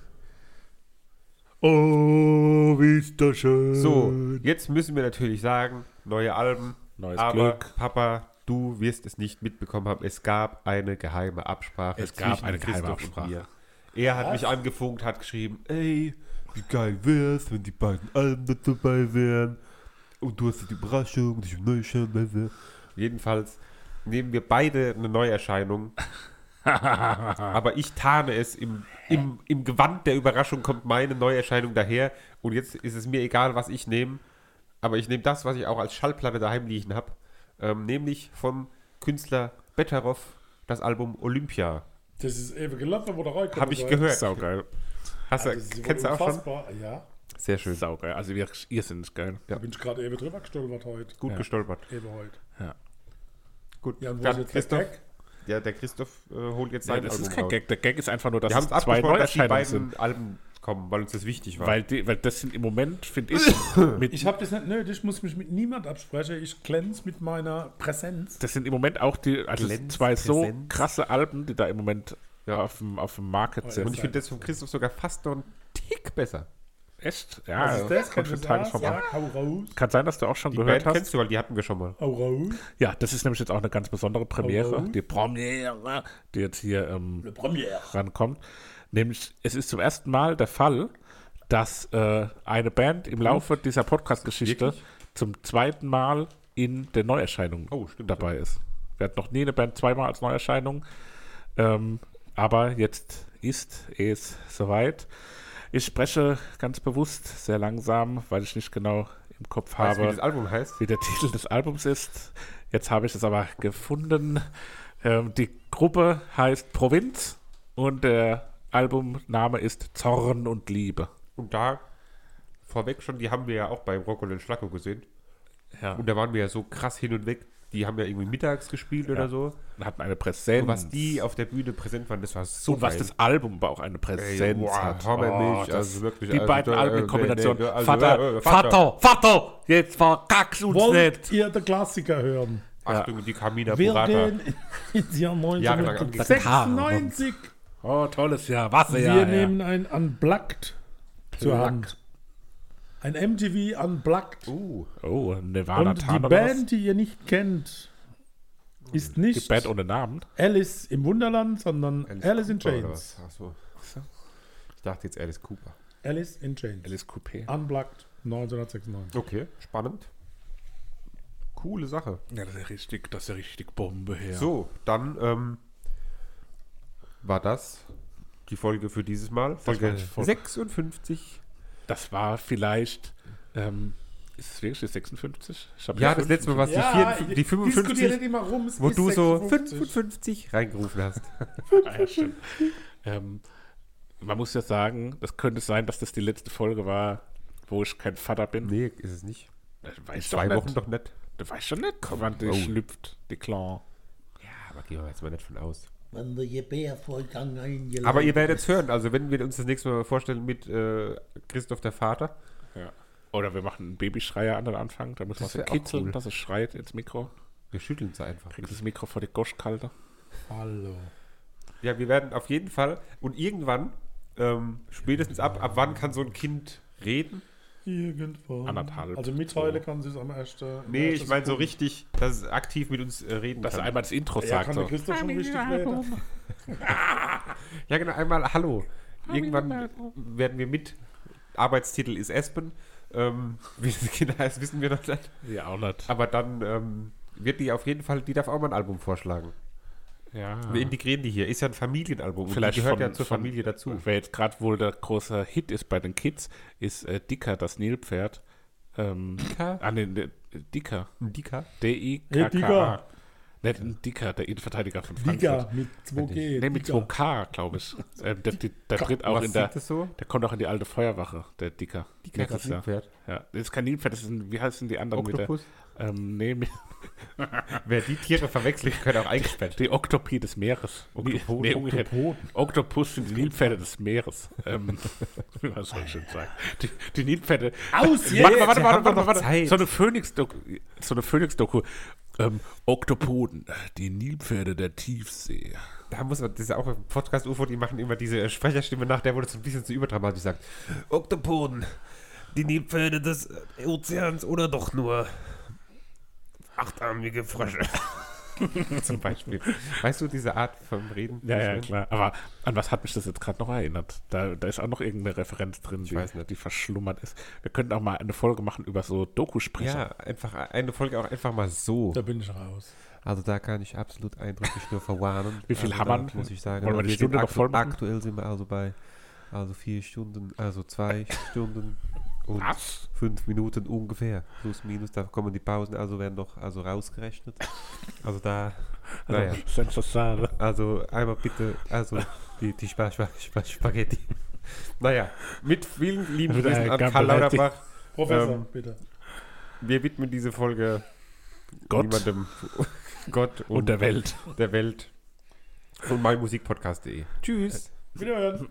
S4: Oh, wie ist das schön.
S3: So, jetzt müssen wir natürlich sagen, neue Alben.
S1: Neues
S3: aber
S1: Glück.
S3: Papa, du wirst es nicht mitbekommen haben. Es gab eine geheime Absprache.
S1: Es gab
S3: zwischen
S1: eine geheime
S3: Christoph und
S1: Absprache.
S3: mir. Er hat mich angefunkt, hat geschrieben, ey, wie geil wär's, wenn die beiden Alben mit dabei wären. Und du hast die Überraschung, um dich neu wäre. Jedenfalls nehmen wir beide eine Neuerscheinung. Aber ich tarne es, im, im, im Gewand der Überraschung kommt meine Neuerscheinung daher. Und jetzt ist es mir egal, was ich nehme. Aber ich nehme das, was ich auch als Schallplatte daheim liegen habe. Ähm, nämlich vom Künstler Betteroff das Album Olympia.
S2: Das ist eben gelaufen, wo der reinkommt.
S3: Habe ich gehört. Also,
S1: Saugeil.
S3: Hast du,
S2: Das ist wohl
S3: kennst du auch schon?
S2: unfassbar. Ja,
S3: Sehr schön.
S1: Saugeil. Also wirklich irrsinnig geil.
S2: da bin ich gerade eben drüber gestolpert heute.
S3: Gut
S1: Ja.
S3: gestolpert.
S2: Eben heute.
S3: Gut.
S2: Ja, und wo
S3: Dann
S2: ist jetzt
S3: Christoph,
S2: der Gag?
S3: ja, der Christoph äh, holt jetzt
S1: Ja,
S3: sein
S1: das
S3: Album
S1: ist kein
S3: raus.
S1: Gag. Der Gag ist einfach nur, dass
S3: Wir haben
S1: es
S3: es
S1: zwei
S3: abgesprochen, dass die
S1: Neuerscheinungen
S3: beiden
S1: sind.
S3: Alben kommen, weil uns das wichtig war.
S1: Weil, die, weil das sind im Moment, finde ich, mit,
S2: Ich habe das nicht nötig, ich muss mich mit niemand absprechen. Ich glänze mit meiner Präsenz.
S1: das sind im Moment auch die also es sind
S3: Glänz,
S1: zwei so
S3: Präsenz.
S1: krasse Alben, die da im Moment
S3: Ja.
S1: auf, dem, auf dem Market
S2: Und
S1: sind.
S3: Oh, und ich finde das von Christoph sogar fast noch einen Tick besser.
S1: Echt? Ja,
S3: Also
S1: kommt
S2: Kannst du
S1: schon Tages
S2: sagen?
S1: vorbei.
S2: Sag, hau raus.
S1: Kann sein, dass du auch schon
S3: Die
S1: gehört
S3: Band
S1: hast.
S3: kennst du, weil die hatten wir schon mal.
S2: Hau raus.
S1: Ja, das ist nämlich jetzt auch eine ganz besondere Premiere.
S2: Oh.
S1: Die Premiere, die jetzt hier ähm,
S2: Premiere.
S1: rankommt. Nämlich, es ist zum ersten Mal der Fall, dass äh, eine Band im Laufe dieser Podcast-Geschichte
S3: Hm? Wirklich?
S1: zum zweiten Mal in der Neuerscheinung
S3: Oh, stimmt,
S1: dabei ist. Wir hatten noch nie eine Band zweimal als Neuerscheinung. Ähm, aber jetzt ist es soweit. Ich spreche ganz bewusst sehr langsam, weil ich nicht genau im Kopf
S3: Weißt du,
S1: habe
S3: wie das Album heißt?
S1: wie der Titel des Albums ist. Jetzt habe ich es aber gefunden. Ähm, die Gruppe heißt Provinz und der Albumname ist Zorn und Liebe.
S3: Und da vorweg schon, die haben wir ja auch beim Rock und den Schlacko gesehen.
S1: Ja.
S3: Und da waren wir ja so krass hin und weg. Die haben ja irgendwie mittags gespielt oder so.
S1: Und hatten eine Präsenz.
S3: Und was die auf der Bühne präsent waren, das war so
S1: und was das Album aber auch eine Präsenz
S3: Ey, boah,
S1: hat. Oh,
S3: Hammermilch,
S1: das-
S3: also wirklich,
S1: die
S3: also
S1: beiden
S3: da,
S1: Alben in
S3: äh,
S1: Kombination.
S3: nee, nee, also,
S1: Vater,
S3: äh, äh, Vater.
S1: Vater, Vater, jetzt verkackst uns
S2: Wollt
S1: nicht.
S2: ihr den Klassiker hören?
S3: Achtung, die Kamina
S2: Wir
S3: Burata.
S2: gehen ins Jahr
S3: Jahrelang
S2: 1996.
S1: Oh, tolles Jahr, was ein
S2: Wir
S1: Jahr. ja.
S2: nehmen ein Unplugged zur Hand. Ein MTV Unplugged.
S3: Uh,
S1: Oh, Nirvana
S2: Und die
S1: Tan oder was?
S2: Band, die ihr nicht kennt, ist
S1: Die
S2: nicht
S1: Band ohne Namen.
S2: Alice im Wunderland, sondern
S3: Alice
S2: Alice in
S3: Cooper oder
S2: Chains.
S3: was? Ach so. Ich dachte jetzt Alice Cooper.
S2: Alice in Chains.
S1: Alice Coupé.
S2: Unplugged 1996.
S3: Okay, spannend. Coole Sache.
S1: Ja, das ist ja richtig, das ist ja richtig Bombe her.
S3: So, dann ähm, war das die Folge für dieses Mal. Folge
S1: war die Folge.
S3: 56.
S1: Das war vielleicht. Ähm, ist es wirklich die 56? Ich hab
S3: Ja,
S1: hier
S3: das letzte Mal war es
S2: Ja,
S3: die, 4, die
S2: diskutiert
S3: 55,
S2: nicht immer rum, es
S3: wo
S2: ist
S3: du so
S2: 56.
S3: 55 reingerufen hast.
S1: Ah, ja, stimmt. ähm, man muss ja sagen, das könnte sein, dass das die letzte Folge war, wo ich kein Vater bin.
S3: nee, ist es nicht.
S1: Das weiß
S3: Zwei
S1: doch
S3: Wochen
S1: nicht.
S3: doch nicht.
S1: Das weiß schon nicht, wann die
S3: Oh.
S1: schlüpft, die Clan.
S3: Ja, aber gehen wir jetzt mal nicht von aus.
S5: wenn der Gebärvorgang eingeleitet
S3: Aber ihr werdet es hören. Also, wenn wir uns das nächste Mal vorstellen mit äh, Christoph der Vater.
S1: Ja. Oder wir machen einen Babyschreier an den Anfang, da muss man
S3: Das
S1: so
S3: wär auch
S1: kitzeln,
S3: cool.
S1: dass es schreit ins Mikro.
S3: Wir schütteln es einfach.
S1: Kriegt das Mikro vor die Goschkalte.
S2: Hallo.
S3: Ja, wir werden auf jeden Fall und irgendwann, ähm, spätestens ab, ab wann kann so ein Kind reden?
S2: Irgendwann.
S1: Anderthalb.
S2: Also mitteilen kann sie es am ersten. am
S3: Nee,
S2: ersten
S3: ich meine so
S2: Punkt.
S3: richtig, dass es aktiv mit uns äh, reden
S1: Dass er
S3: kann.
S1: einmal das Intro
S2: Ja,
S1: sagt.
S2: kann der
S1: So.
S2: Christoph schon richtig reden.
S3: Ja, genau, einmal Hallo. Irgendwann werden wir mit. Arbeitstitel ist Espen. Ähm, wie das Kind heißt, wissen wir noch nicht.
S1: Ja, auch nicht.
S3: Aber dann ähm, wird die auf jeden Fall, die darf auch mal ein Album vorschlagen.
S1: Ja.
S3: Wir integrieren die hier. Ist ja ein Familienalbum. und
S1: Ah. Vielleicht
S3: die gehört
S1: von-
S3: ja zur
S1: von-
S3: Familie dazu.
S1: Wer jetzt gerade wohl der große Hit ist bei den Kids, ist äh, Dicker, das Nilpferd. Ähm,
S3: Dicker?
S1: Ah, nee, nee, Dicker.
S3: Ein Dicker?
S1: D-I-K-K.
S2: Hey, Dicker.
S1: Nicht ein Dicker, der Innenverteidiger von Frankfurt.
S2: Digga, mit 2G.
S1: Nee, mit
S2: Digga.
S1: 2K, glaube ich. Ähm, der, der, der tritt auch
S3: Was
S1: in der.
S3: sieht das so?
S1: Der kommt auch in die alte Feuerwache, der Dicker.
S3: Dicker, das
S1: Nächstes Jahr.
S3: Nilpferd?
S1: Ja, das ist kein Nilpferd, das ist ein, wie heißen die anderen
S3: Oktopus?
S1: mit der? Ähm, nee, mit,
S3: Wer die Tiere verwechselt, gehört auch eingesperrt.
S1: die Oktopie des Meeres.
S3: Oktopoden.
S1: Nee, umgekehrt. Oktopus sind die Nilpferde des Meeres. Ähm, was soll ich schon sagen? Die, die Nilpferde.
S2: Aus jetzt!
S1: Warte, mal, warte,
S3: Wir
S1: warte,
S3: haben doch
S1: warte,
S3: noch
S1: warte.
S3: Zeit.
S1: So eine Phoenix-Doku. So eine Phoenix-Doku. Ähm, Oktopoden, die Nilpferde der Tiefsee.
S3: Da muss man, das ist auch im Podcast UFO, die machen immer diese Sprecherstimme nach, der wurde so ein bisschen zu überdramatisch sagt. Oktopoden, die Nilpferde des Ozeans oder doch nur achtarmige Frösche. zum Beispiel. Weißt du, diese Art vom Reden?
S1: Ja, ja, klar. Aber an was hat mich das jetzt gerade noch erinnert? Da, da ist auch noch irgendeine Referenz drin, die,
S3: weiß nicht.
S1: die verschlummert ist. Wir könnten auch mal eine Folge machen über so Dokusprecher.
S3: Ja, einfach eine Folge auch einfach mal so.
S2: Da bin ich raus.
S3: Also da kann ich absolut eindrücklich nur verwarnen.
S1: Wie viel
S3: also
S1: haben
S3: da
S1: wir?
S3: Muss ich sagen. also
S1: Wollen wir die
S3: sind
S1: Stunde noch
S3: aktu-
S1: voll machen?
S3: Aktuell sind wir also bei also vier Stunden, also zwei Stunden und
S1: Was?
S3: fünf Minuten ungefähr. Plus, minus, da kommen die Pausen, also werden noch also rausgerechnet. Also da, naja.
S1: Sensationell.
S3: Also einmal bitte, also die, die Spa Spa Spa Spaghetti. Naja, mit vielen lieben
S1: Mit
S3: Grüßen
S1: einer
S3: an Karl
S1: Gambalette.
S3: Lauterbach.
S2: Professor,
S3: Ähm,
S2: bitte.
S3: Wir widmen diese Folge
S1: Gott.
S3: niemandem Gott
S1: Und der Welt.
S3: der Welt und meinmusikpodcast.de. Tschüss.
S2: Wiederhören.